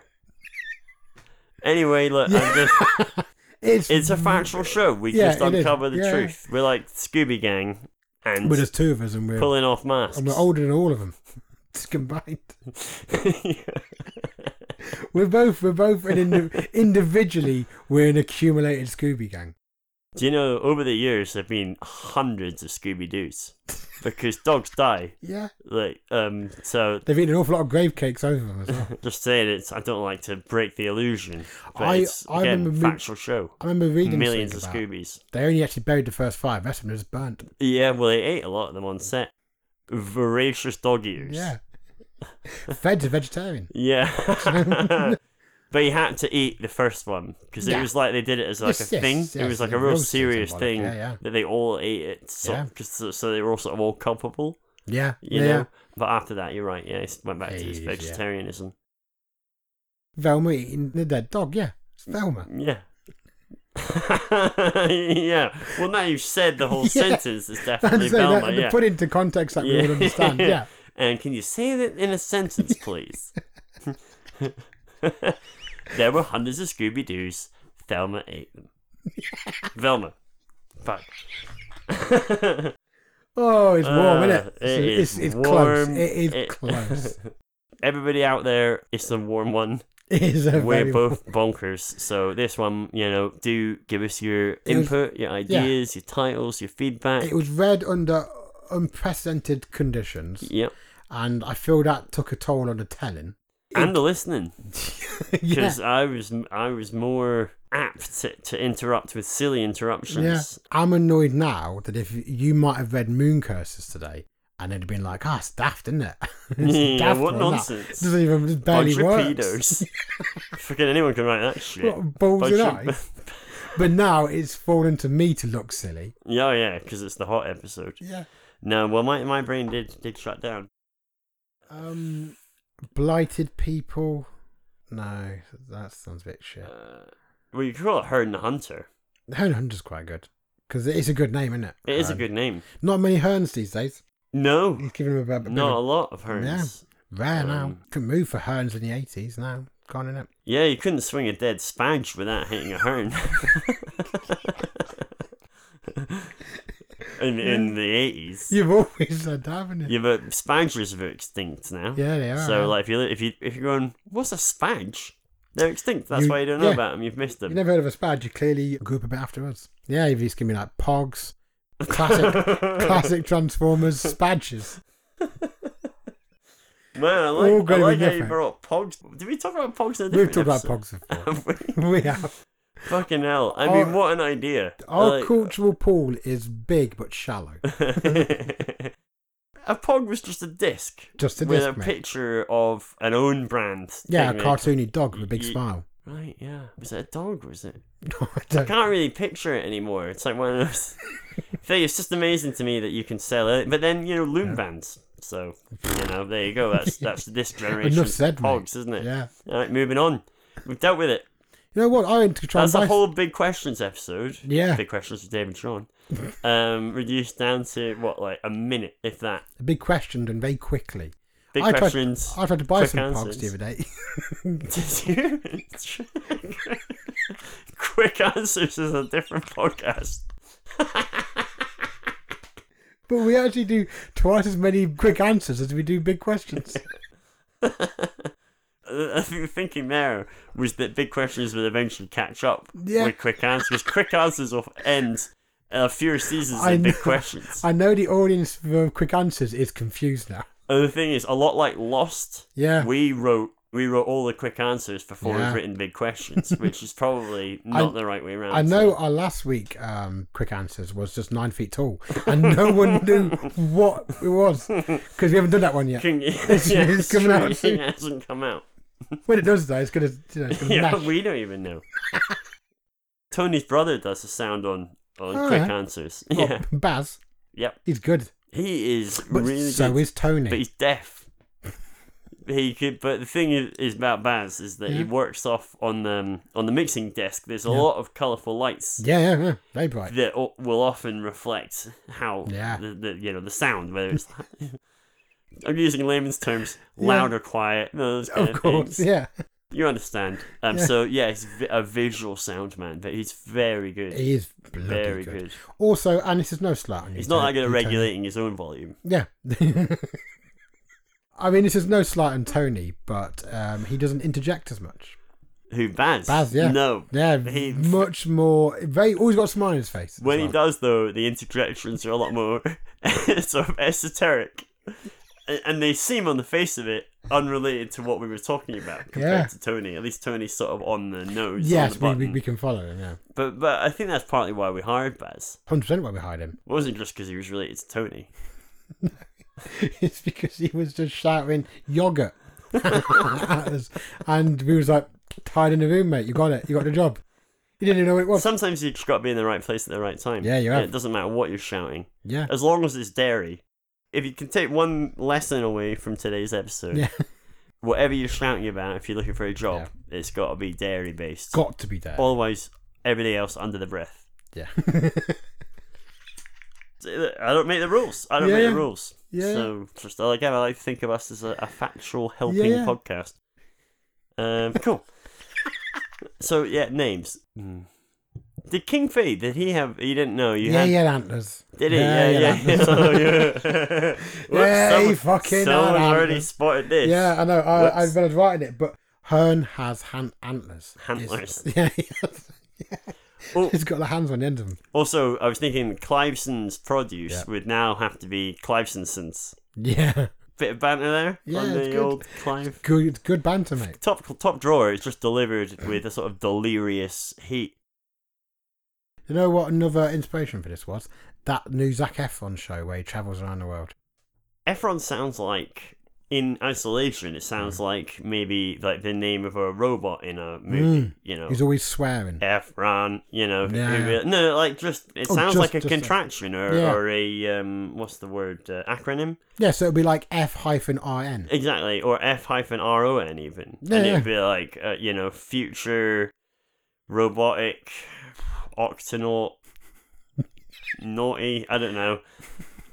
S1: Anyway, look, I'm just,
S2: It's,
S1: it's a factual show. We
S2: Yeah,
S1: just
S2: it is.
S1: uncover the
S2: Yeah.
S1: truth. We're like Scooby Gang and
S2: But there's two of us, and we're
S1: pulling off masks.
S2: and we're older than all of them. It's combined. We're both we're both an indi- individually we're an accumulated Scooby gang.
S1: Do you know, over the years, there have been hundreds of Scooby Doos because dogs die.
S2: Yeah,
S1: Like, um, so
S2: they've eaten an awful lot of grave cakes over them as well.
S1: just saying it's, I don't like to break the illusion. But
S2: I-
S1: it's,
S2: I
S1: again,
S2: remember-
S1: factual show.
S2: I remember reading
S1: Millions of
S2: something about-
S1: Scoobies.
S2: They only actually buried the first five. The rest of them just burnt.
S1: Yeah, well, they ate a lot of them on set. Voracious dog eaters.
S2: Yeah. Fed's a vegetarian.
S1: Yeah. but he had to eat the first one because it
S2: Yeah.
S1: was like they did it as like
S2: Yes,
S1: a
S2: yes,
S1: thing. it
S2: yes,
S1: was like
S2: yeah,
S1: a real
S2: roasted
S1: serious
S2: symbolic,
S1: thing
S2: yeah, yeah.
S1: that they all ate it. So,
S2: Yeah.
S1: 'cause- so- so they were all sort of all culpable,
S2: Yeah.
S1: you
S2: yeah.
S1: know? But after that, you're right. Yeah, it went back to his
S2: Jeez, yeah.
S1: vegetarianism.
S2: Velma eating the dead dog. Yeah. It's Velma.
S1: Yeah. yeah. Well, now you've said the whole sentence. It's
S2: And
S1: definitely
S2: so that,
S1: Velma.
S2: to
S1: yeah.
S2: put into context that we would understand. Yeah.
S1: And can you say that in a sentence, please? there were hundreds of Scooby Doo's. Thelma ate them. Velma. Fuck.
S2: Oh, it's warm,
S1: Uh,
S2: isn't it?
S1: it
S2: it's,
S1: is
S2: it's close.
S1: warm.
S2: It is
S1: It-
S2: close.
S1: Everybody out there, it's a warm one.
S2: It is a
S1: We're
S2: very
S1: both bonkers. So this one, you know, do give us your
S2: It was-
S1: input, your ideas, your titles, your feedback.
S2: It was read under unprecedented conditions,
S1: Yep.
S2: and I feel that took a toll on the telling.
S1: And the listening.
S2: yeah.
S1: because I was I was more apt to, to interrupt with silly
S2: yeah.
S1: interruptions.
S2: I'm annoyed now that if you might have read Moon Curses today, and it'd been like, ah, it's daft, isn't it? It's a
S1: Yeah,
S2: daft
S1: Hmm, what
S2: one, that.
S1: nonsense.
S2: Doesn't even it barely works.
S1: Bunch Fucking anyone can write that shit.
S2: What balls
S1: Bunch
S2: and
S1: of-
S2: eyes. But now it's fallen to me to look silly.
S1: yeah, oh, yeah, because it's the hot episode.
S2: Yeah.
S1: No, well, my my brain did did shut down.
S2: Um, blighted people. No, that sounds a bit shit.
S1: Uh, well, you could call it Hearn the Hunter.
S2: Herne Hunter's quite good because it is a good name, isn't it?
S1: It is a
S2: Um,
S1: good name.
S2: Not many Herns these days.
S1: No,
S2: He's giving him a, bit- a bit
S1: not a
S2: of-
S1: lot of Hearns.
S2: rare now.
S1: um,
S2: Could move for Herns in the eighties now. Gone in it.
S1: Yeah, you couldn't swing a dead spadge without hitting a Hearn. in, in the eighties.
S2: You've always said that, haven't you?
S1: Yeah, but spangers are extinct now.
S2: Yeah, they are,
S1: So
S2: yeah.
S1: like, if you li- if you if you're going, what's a spange? They're extinct. That's
S2: You-
S1: why you don't know
S2: yeah.
S1: about them. You've missed
S2: You've
S1: them.
S2: never heard of a spad. You clearly grew up a bit after us. Yeah, you've just given me like Pogs, classic, classic Transformers spadges.
S1: Man, I
S2: All
S1: like, I
S2: gonna be
S1: like how you
S2: different.
S1: brought pogs. Did we talk about pogs? In a
S2: We've
S1: different
S2: talked about
S1: episode?
S2: Pogs
S1: Have we?
S2: before. we have.
S1: Fucking hell! I
S2: Our-
S1: mean, what an idea.
S2: Our
S1: Like-
S2: cultural pool is big but shallow.
S1: a pog was just a disc.
S2: Just a
S1: with
S2: disc,
S1: a
S2: mate.
S1: picture of an own brand.
S2: Yeah, a
S1: thing in it.
S2: cartoony dog with a big
S1: Ye-
S2: smile.
S1: Right. Yeah. Was it a dog? Was it?
S2: No, I
S1: I
S2: don't.
S1: can't really picture it anymore. It's like one of those. Thing. It's just amazing to me that you can sell it, but then you know loom bands. So you know, there you go. That's that's this generation.
S2: Enough said, mate.
S1: Pogs, isn't it?
S2: Yeah.
S1: All right, moving on. We've dealt with it.
S2: You know what? I went to try
S1: That's
S2: and
S1: a
S2: buy.
S1: whole big questions episode.
S2: Yeah.
S1: big questions with David Sean. Um, reduced down to what like a minute, if that.
S2: a big question done very quickly.
S1: Big
S2: I tried,
S1: questions.
S2: I tried to buy
S1: quick
S2: some
S1: answers.
S2: pogs the other day.
S1: Did you? Quick answers is a different podcast.
S2: but we actually do twice as many quick answers as we do big questions.
S1: uh, I think the thinking there was that big questions would eventually catch up
S2: Yeah.
S1: with quick answers. quick answers will end uh, fewer seasons
S2: I
S1: than big
S2: know-
S1: questions.
S2: I know the audience for quick answers is confused now.
S1: and the thing is, a lot like Lost,
S2: Yeah.
S1: we wrote we wrote all the quick answers before
S2: Yeah.
S1: we've written big questions, which is probably not the right way around.
S2: I know
S1: so-
S2: our last week um, quick answers was just nine feet tall, and no one knew what it was because we haven't done that one yet.
S1: King- yeah,
S2: it's coming out
S1: King
S2: soon.
S1: hasn't come out.
S2: When it does though, it's gonna, you know, it's gonna
S1: Yeah,
S2: mash.
S1: we don't even know. Tony's brother does the sound on on
S2: Oh,
S1: quick
S2: yeah.
S1: answers.
S2: Oh,
S1: Yeah,
S2: Baz,
S1: yep.
S2: he's good,
S1: He is
S2: but
S1: really
S2: so
S1: good.
S2: is Tony.
S1: but he's deaf. he could, but the thing is, is about Baz is that he
S2: Yeah.
S1: works off on the um, on the mixing desk. There's a
S2: Yeah.
S1: lot of colourful lights
S2: yeah, yeah, yeah, very bright.
S1: that o- will often reflect how
S2: Yeah.
S1: the, the you know the sound whether it's. I'm using layman's terms,
S2: Yeah.
S1: loud or quiet. Those kind
S2: Of
S1: of
S2: course,
S1: things.
S2: yeah.
S1: You understand. Um,
S2: Yeah.
S1: So, yeah, he's vi- a visual sound man, but he's very good.
S2: He is bloody
S1: very
S2: good.
S1: good.
S2: Also, and this is no slight on you.
S1: He's not that good
S2: Tony-
S1: at
S2: you, Tony.
S1: regulating his own volume.
S2: Yeah. I mean, this is no slight on Tony, but um, he doesn't interject as much.
S1: Who, Baz?
S2: Baz, yeah.
S1: No.
S2: Yeah,
S1: He-
S2: much more. Very always got a smile on his face. as
S1: When he
S2: well.
S1: does, though, the interjections are a lot more sort of esoteric. A- And they seem, on the face of it, unrelated to what we were talking about compared
S2: Yeah.
S1: to Tony. At least Tony's sort of on the nose. on
S2: yes,
S1: the
S2: we, we,
S1: button.
S2: we can follow him. Yeah,
S1: But, but I think that's partly why we hired Baz.
S2: hundred percent why we hired him.
S1: It wasn't just because he was related to Tony.
S2: It's because he was just shouting yogurt at us, and we was like tied in the room, mate. You got it. You got the job. You didn't even know what it was.
S1: Sometimes you just got to be in the right place at the right time.
S2: Yeah, you
S1: And
S2: have.
S1: It doesn't matter what you're shouting.
S2: yeah,
S1: as long as it's dairy. If you can take one lesson away from today's episode,
S2: yeah.
S1: whatever you're shouting about, if you're looking for a job, it's got to be dairy based.
S2: Got to be there.
S1: Otherwise, everything else under the breath.
S2: Yeah.
S1: I don't make the rules. I don't
S2: Yeah,
S1: make
S2: yeah.
S1: the rules.
S2: Yeah,
S1: So just uh, again, I like to think of us as a, a factual helping
S2: Yeah, yeah.
S1: podcast. Um, cool. so yeah, names. Mm. Did King Fade? Did he have? You didn't know. You
S2: yeah,
S1: had.
S2: he had antlers.
S1: Did he? Yeah, yeah. Oh,
S2: he had antlers.
S1: So, yeah. Whoops,
S2: Yeah, he
S1: someone,
S2: fucking
S1: someone
S2: had
S1: already
S2: antlers.
S1: spotted this.
S2: Yeah, I know. I,
S1: Whoops.
S2: I've been writing it, but Hearn has han- antlers.
S1: Antlers.
S2: It's- Yeah, he has.
S1: Oh.
S2: He's got the hands on the end of them.
S1: Also, I was thinking Cliveson's produce
S2: Yeah.
S1: would now have to be Cliveson's.
S2: Yeah.
S1: Bit of banter there
S2: Yeah,
S1: on
S2: it's
S1: the
S2: good.
S1: old Clive.
S2: Good, good banter, mate.
S1: Top top drawer is just delivered with a sort of delirious heat.
S2: You know what another inspiration for this was? That new Zac Efron show where he travels around the world.
S1: Efron sounds like, in isolation, it sounds
S2: Mm.
S1: like maybe like the name of a robot in a movie.
S2: Mm.
S1: You know,
S2: He's always swearing.
S1: Efron. You know,
S2: Yeah.
S1: maybe- no, like just it
S2: Oh,
S1: sounds
S2: just-
S1: like a
S2: just a-
S1: contraction or,
S2: Yeah.
S1: or a um, what's the word uh, acronym
S2: Yeah, so it'd be like F hyphen RN.
S1: exactly or F hyphen R O N even,
S2: Yeah,
S1: and
S2: yeah.
S1: it'd be like uh, you know future robotic octonaut naughty. I don't know.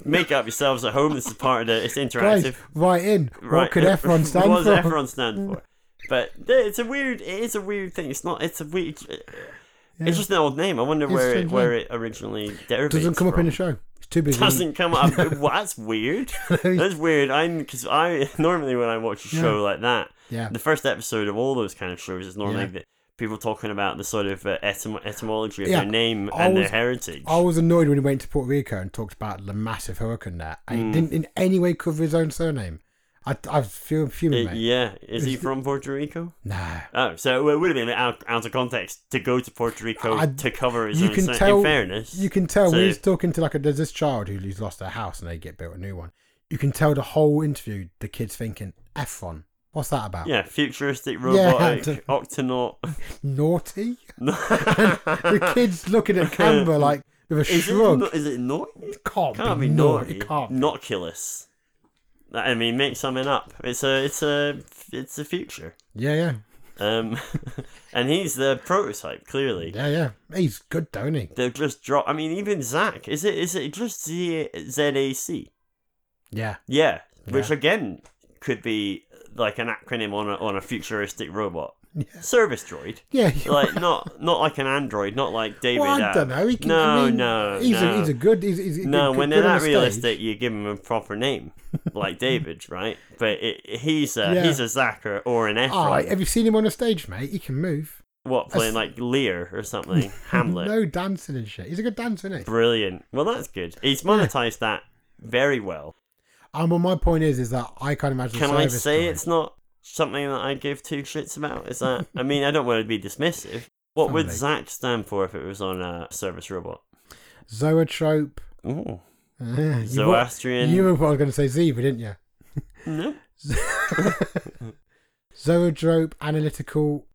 S1: Make it up yourselves at home. This is part of the. It's interactive.
S2: Guys, right in. What could
S1: yeah.
S2: Efron stand
S1: what
S2: for?
S1: does Efron stand for? But yeah, it's a weird. It is a weird thing. It's not. It's a weird.
S2: Yeah.
S1: It's just an old name. I wonder
S2: It's
S1: where
S2: a
S1: it
S2: strange
S1: where it originally derivates.
S2: Doesn't come up in the
S1: from.
S2: show. It's too busy.
S1: Doesn't come up. well, that's weird. That's weird. I'm because I normally when I watch a show like that,
S2: Yeah.
S1: the first episode of all those kind of shows is normally
S2: Yeah.
S1: the, people talking about the sort of uh, etym- etymology of
S2: Yeah,
S1: their name
S2: I
S1: and their
S2: was-
S1: heritage.
S2: I was annoyed when he went to Puerto Rico and talked about the massive hurricane there, and
S1: Mm.
S2: he didn't in any way cover his own surname. I, I was fu- fuming,
S1: Uh,
S2: mate.
S1: yeah, is he from Puerto Rico?
S2: Nah.
S1: Oh, so it would have been out, out of context to go to Puerto Rico
S2: I-
S1: to cover his
S2: you
S1: own
S2: can
S1: son-
S2: tell-
S1: In fairness,
S2: You can tell when
S1: So-
S2: he's talking to like a, there's this child who's lost their house and they get built a new one. You can tell the whole interview the kid's thinking Efron. What's that about?
S1: yeah, futuristic
S2: Yeah,
S1: robotic
S2: to-
S1: octonaut.
S2: Naughty. the kid's looking at camera like with a
S1: is, it,
S2: shrug.
S1: no- is it naughty?
S2: It can't,
S1: Can't
S2: be,
S1: be
S2: naughty.
S1: naughty.
S2: It can't. be.
S1: Noculus. I mean, make something up. It's a, it's a, it's a future.
S2: Yeah, yeah,
S1: Um, and he's the prototype. Clearly,
S2: yeah, yeah. He's good, don't he?
S1: they've just dropped. I mean, even Zach. Is it, is it just Z Z A C?
S2: Yeah,
S1: Yeah, which
S2: Yeah.
S1: again could be like an acronym on a on a futuristic robot.
S2: Yeah.
S1: Service droid.
S2: yeah.
S1: like not not like an android, not like David.
S2: well,
S1: Attenborough.
S2: I don't know. He can,
S1: no,
S2: I mean,
S1: no,
S2: he's
S1: no.
S2: A, he's a good. He's, he's a
S1: no,
S2: good,
S1: when
S2: good
S1: they're
S2: on
S1: that
S2: the stage.
S1: realistic, you give them a proper name, like David, right? But it, he's a
S2: Yeah.
S1: he's a Zachar or an Efron.
S2: Ah, have you seen him on a stage, mate? He can move.
S1: what playing like Lear or something? Hamlet.
S2: No dancing and shit. He's a good dancer, isn't he?
S1: Brilliant. Well, that's good. He's monetized that very well.
S2: And well, my point is, is that I can't imagine.
S1: Can I
S2: service
S1: say
S2: time.
S1: it's not something that I give two shits about? Is that? I mean, I don't want to be dismissive. What would
S2: Family.
S1: Zach stand for if it was on a service robot?
S2: zoetrope?
S1: Ooh.
S2: Uh,
S1: Zoroastrian.
S2: You, you were what I was going to say, zebra, didn't you?
S1: No.
S2: Zoetrope, analytical.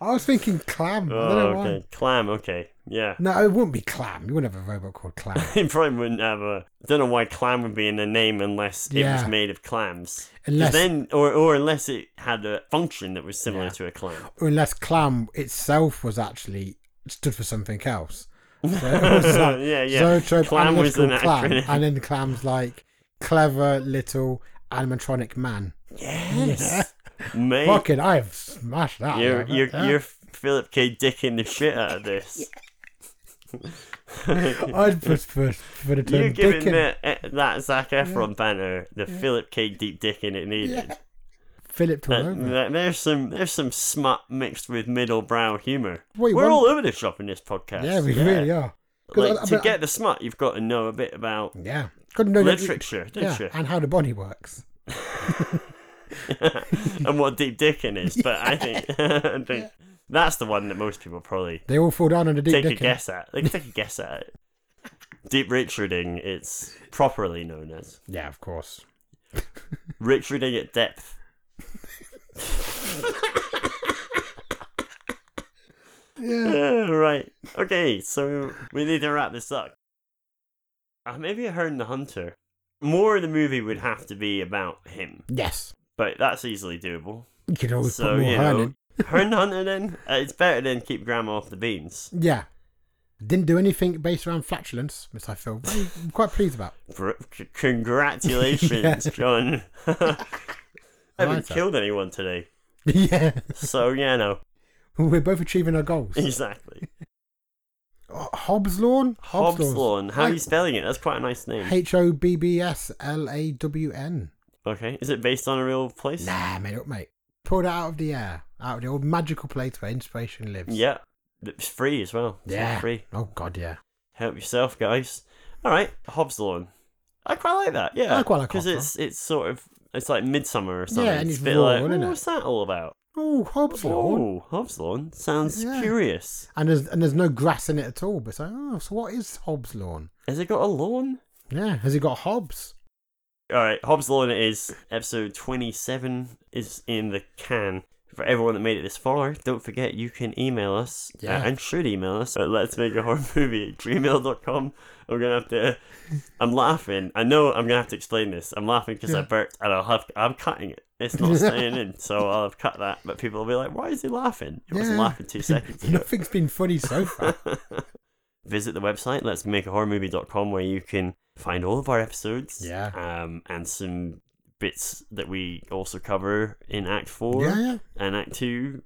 S2: I was thinking clam. I
S1: Oh,
S2: don't know why.
S1: okay. Clam, okay. Yeah.
S2: No, it wouldn't be clam. You wouldn't have a robot called clam.
S1: It probably wouldn't have a. I don't know why clam would be in the name unless it
S2: Yeah.
S1: was made of clams. 'Cause
S2: Unless-
S1: then, or, or unless it had a function that was similar
S2: Yeah.
S1: to a clam.
S2: Unless clam itself was actually stood for something else. So it was like
S1: Yeah, yeah.
S2: Zoetrope,
S1: Clam was
S2: analytical
S1: an
S2: clam,
S1: acronym.
S2: and then clam's like clever little animatronic man.
S1: Yes. Mate,
S2: Fucking, I have smashed that.
S1: you're,
S2: man.
S1: you're,
S2: Yeah.
S1: you're Philip K. Dicking the shit out of this.
S2: I'd push for, for the term
S1: You're giving
S2: Dickens.
S1: the, eh, that Zac Efron banner the Philip K. Deep Dicking it needed.
S2: Philip to
S1: That-
S2: over.
S1: that- there's some there's some smut mixed with middle brow humor.
S2: Wait,
S1: We're
S2: one-
S1: all over the shop in this podcast.
S2: Yeah, we really are. 'Cause
S1: Like,
S2: I- I
S1: to
S2: mean, I-
S1: get the smut, you've got to know a bit about
S2: yeah, couldn't know that-
S1: literature, don't
S2: Yeah,
S1: you?
S2: and how the body works.
S1: and what deep dicking is. But I think, I think that's the one that most people probably
S2: They all fall down on the deep
S1: take
S2: dick.
S1: a guess at. They can take a guess at it. Deep Richarding, it's properly known as
S2: Yeah, of course.
S1: Richarding at depth.
S2: Yeah.
S1: Yeah, right. Okay, so we need to wrap this up. Uh, maybe I heard the hunter. More of the movie would have to be about him,
S2: Yes.
S1: but that's easily doable.
S2: You could always
S1: so
S2: Oh, put more
S1: you
S2: Hearn
S1: know,
S2: in.
S1: Hun Hunter then? Uh, it's better than keep grandma off the beans.
S2: Yeah. Didn't do anything based around flatulence, which I feel very- I'm quite pleased about.
S1: Br- c- congratulations, John. haven't
S2: like that.
S1: killed anyone today.
S2: yeah.
S1: So, yeah, no.
S2: We're both achieving our goals.
S1: Exactly.
S2: Oh, Hobbs Lawn?
S1: Hobslawn. How are you spelling it? That's quite a nice name.
S2: H O B B S L A W N.
S1: Okay. Is it based on a real place?
S2: Nah, made up, mate. Pulled it out of the air, out of the old magical place where inspiration lives.
S1: Yeah. It's free as well. It's all
S2: Yeah.
S1: Free.
S2: Oh, God, yeah.
S1: Help yourself, guys. All right. Hobslawn. I quite like that. Yeah.
S2: I quite like
S1: Because
S2: Hobslawn.
S1: it's, it's sort of. It's like midsummer or something.
S2: Yeah, and it's
S1: a bit
S2: raw,
S1: like,
S2: isn't
S1: "Oh,
S2: it?"
S1: what's that all about?
S2: Oh, Hobbs Lawn.
S1: Oh, Hobslawn sounds
S2: Yeah.
S1: curious.
S2: And there's, and there's no grass in it at all. But it's like, oh, so what is Hobbs Lawn?
S1: Has it got a lawn?
S2: Yeah, has he got Hobbs?
S1: All right, Hobbs Lawn it is episode 27 is in the can. For everyone that made it this far, don't forget you can email us uh,
S2: Yeah.
S1: and should email us at let's make a horror movie at gmail.com. I'm gonna have to. I'm laughing. I know I'm gonna have to explain this. I'm laughing because I burped and I'll have. I'm cutting it. It's not staying in, so I'll have cut that. But people will be like, "Why is he laughing? He wasn't
S2: Yeah.
S1: laughing two seconds ago."
S2: Nothing's been funny so far.
S1: visit the website let's make a horror movie.com where you can find all of our episodes
S2: Yeah.
S1: um, and some bits that we also cover in act 4
S2: yeah, yeah.
S1: and act 2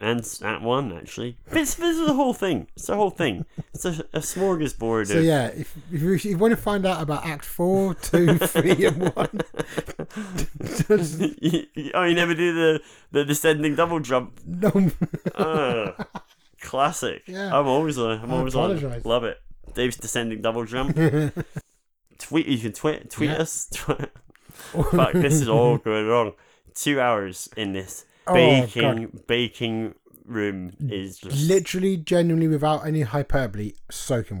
S1: and s- act 1 actually this, this is the whole thing it's the whole thing it's a, a smorgasbord
S2: So
S1: of
S2: yeah, if, if, you, if you want to find out about Act Four, Two, Three, and One, just
S1: You- you- oh you never do the, the descending double jump
S2: no.
S1: Ugh. classic
S2: Yeah.
S1: i'm always on i'm
S2: I
S1: always on
S2: apologise.
S1: love it dave's descending double jump tweet you can tweet tweet
S2: Yeah.
S1: us tw- Fuck, this is all going wrong. Two hours in this
S2: Oh,
S1: baking baking room is just
S2: literally, genuinely, without any hyperbole, soaking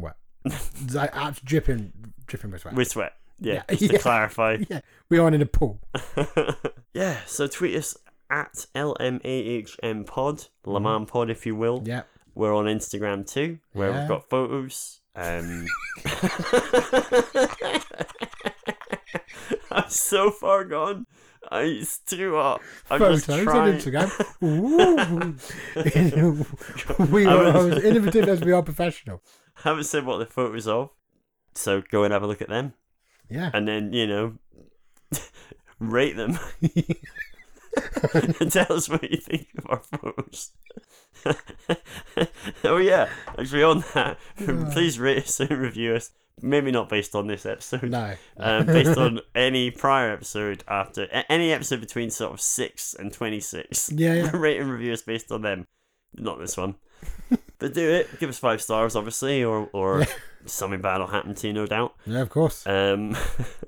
S2: wet, It's like abs- dripping, dripping with sweat.
S1: with sweat. Yeah,
S2: Yeah.
S1: just to
S2: Yeah.
S1: clarify.
S2: yeah, we aren't in a pool.
S1: yeah, so tweet us at LMAHM pod, Laman pod if you will.
S2: Yeah,
S1: We're on Instagram too, where
S2: Yeah.
S1: we've got photos. Um I'm so far gone. I, it's too hot. I'm
S2: photos
S1: just
S2: on
S1: trying.
S2: Instagram. Ooh. we are
S1: I was-
S2: as innovative as we are professional.
S1: haven't said what the photos of, so go and have a look at them,
S2: Yeah,
S1: and then you know, rate them. and tell us what you think of our photos. oh yeah, actually on that, please rate us and review us. Maybe not based on this episode.
S2: no,
S1: Um, based on any prior episode after a- any episode between sort of six and twenty six.
S2: Yeah, yeah.
S1: Rate and review us based on them, not this one. but do it. Give us five stars, obviously, or or something bad will happen to you, no doubt.
S2: yeah, of course.
S1: Um,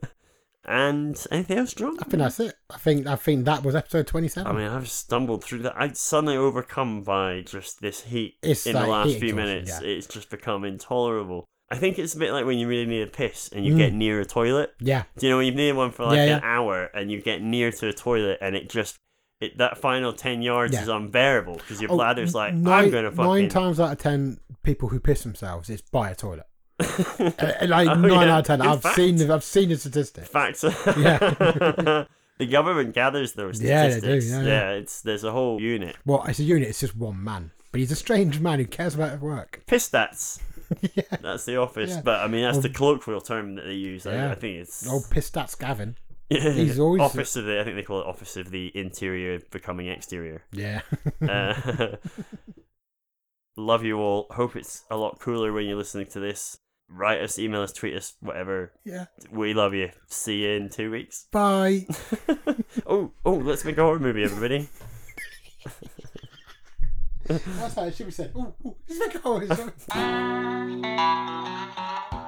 S1: and anything else, John?
S2: I think that's it. I think I think that was episode
S1: I
S2: twenty-seven.
S1: mean, I've stumbled through that. I'm suddenly overcome by just this heat
S2: It's
S1: in the
S2: like
S1: last
S2: heat
S1: few
S2: exhaustion,
S1: minutes.
S2: yeah.
S1: It's just become intolerable. I think it's a bit like when you really need a piss and you get
S2: Mm.
S1: near a toilet.
S2: yeah,
S1: Do you know when you've needed one for like
S2: Yeah,
S1: an
S2: yeah.
S1: hour and you get near to a toilet and it just it that final ten yards
S2: Yeah.
S1: is unbearable because your
S2: Oh,
S1: bladder's like I'm
S2: nine-
S1: gonna
S2: Nine
S1: fucking
S2: times out of ten people who piss themselves, it's by a toilet. Uh, like
S1: Oh,
S2: nine
S1: yeah.
S2: out of ten,
S1: Good
S2: I've
S1: fact.
S2: seen the I've seen the statistic.
S1: facts.
S2: Yeah.
S1: the government gathers those
S2: Yeah, they do,
S1: statistics.
S2: yeah, yeah.
S1: it's there's a whole unit.
S2: Well, it's a unit. It's just one man, but he's a strange man who cares about his work.
S1: Piss stats.
S2: yeah,
S1: That's the office,
S2: Yeah.
S1: but I mean that's
S2: Oh.
S1: the colloquial term that they use. I,
S2: Yeah.
S1: I think it's
S2: old piss stats Gavin.
S1: Yeah.
S2: He's always-
S1: office of the. I think they call it office of the interior becoming exterior.
S2: Yeah,
S1: Uh, love you all. Hope it's a lot cooler when you're listening to this. Write us, email us, tweet us, whatever.
S2: yeah.
S1: We love you. See you in two weeks.
S2: Bye.
S1: oh, oh, let's make a horror movie, everybody.
S2: That's how it should be said. Ooh, ooh, it's like, oh, it's-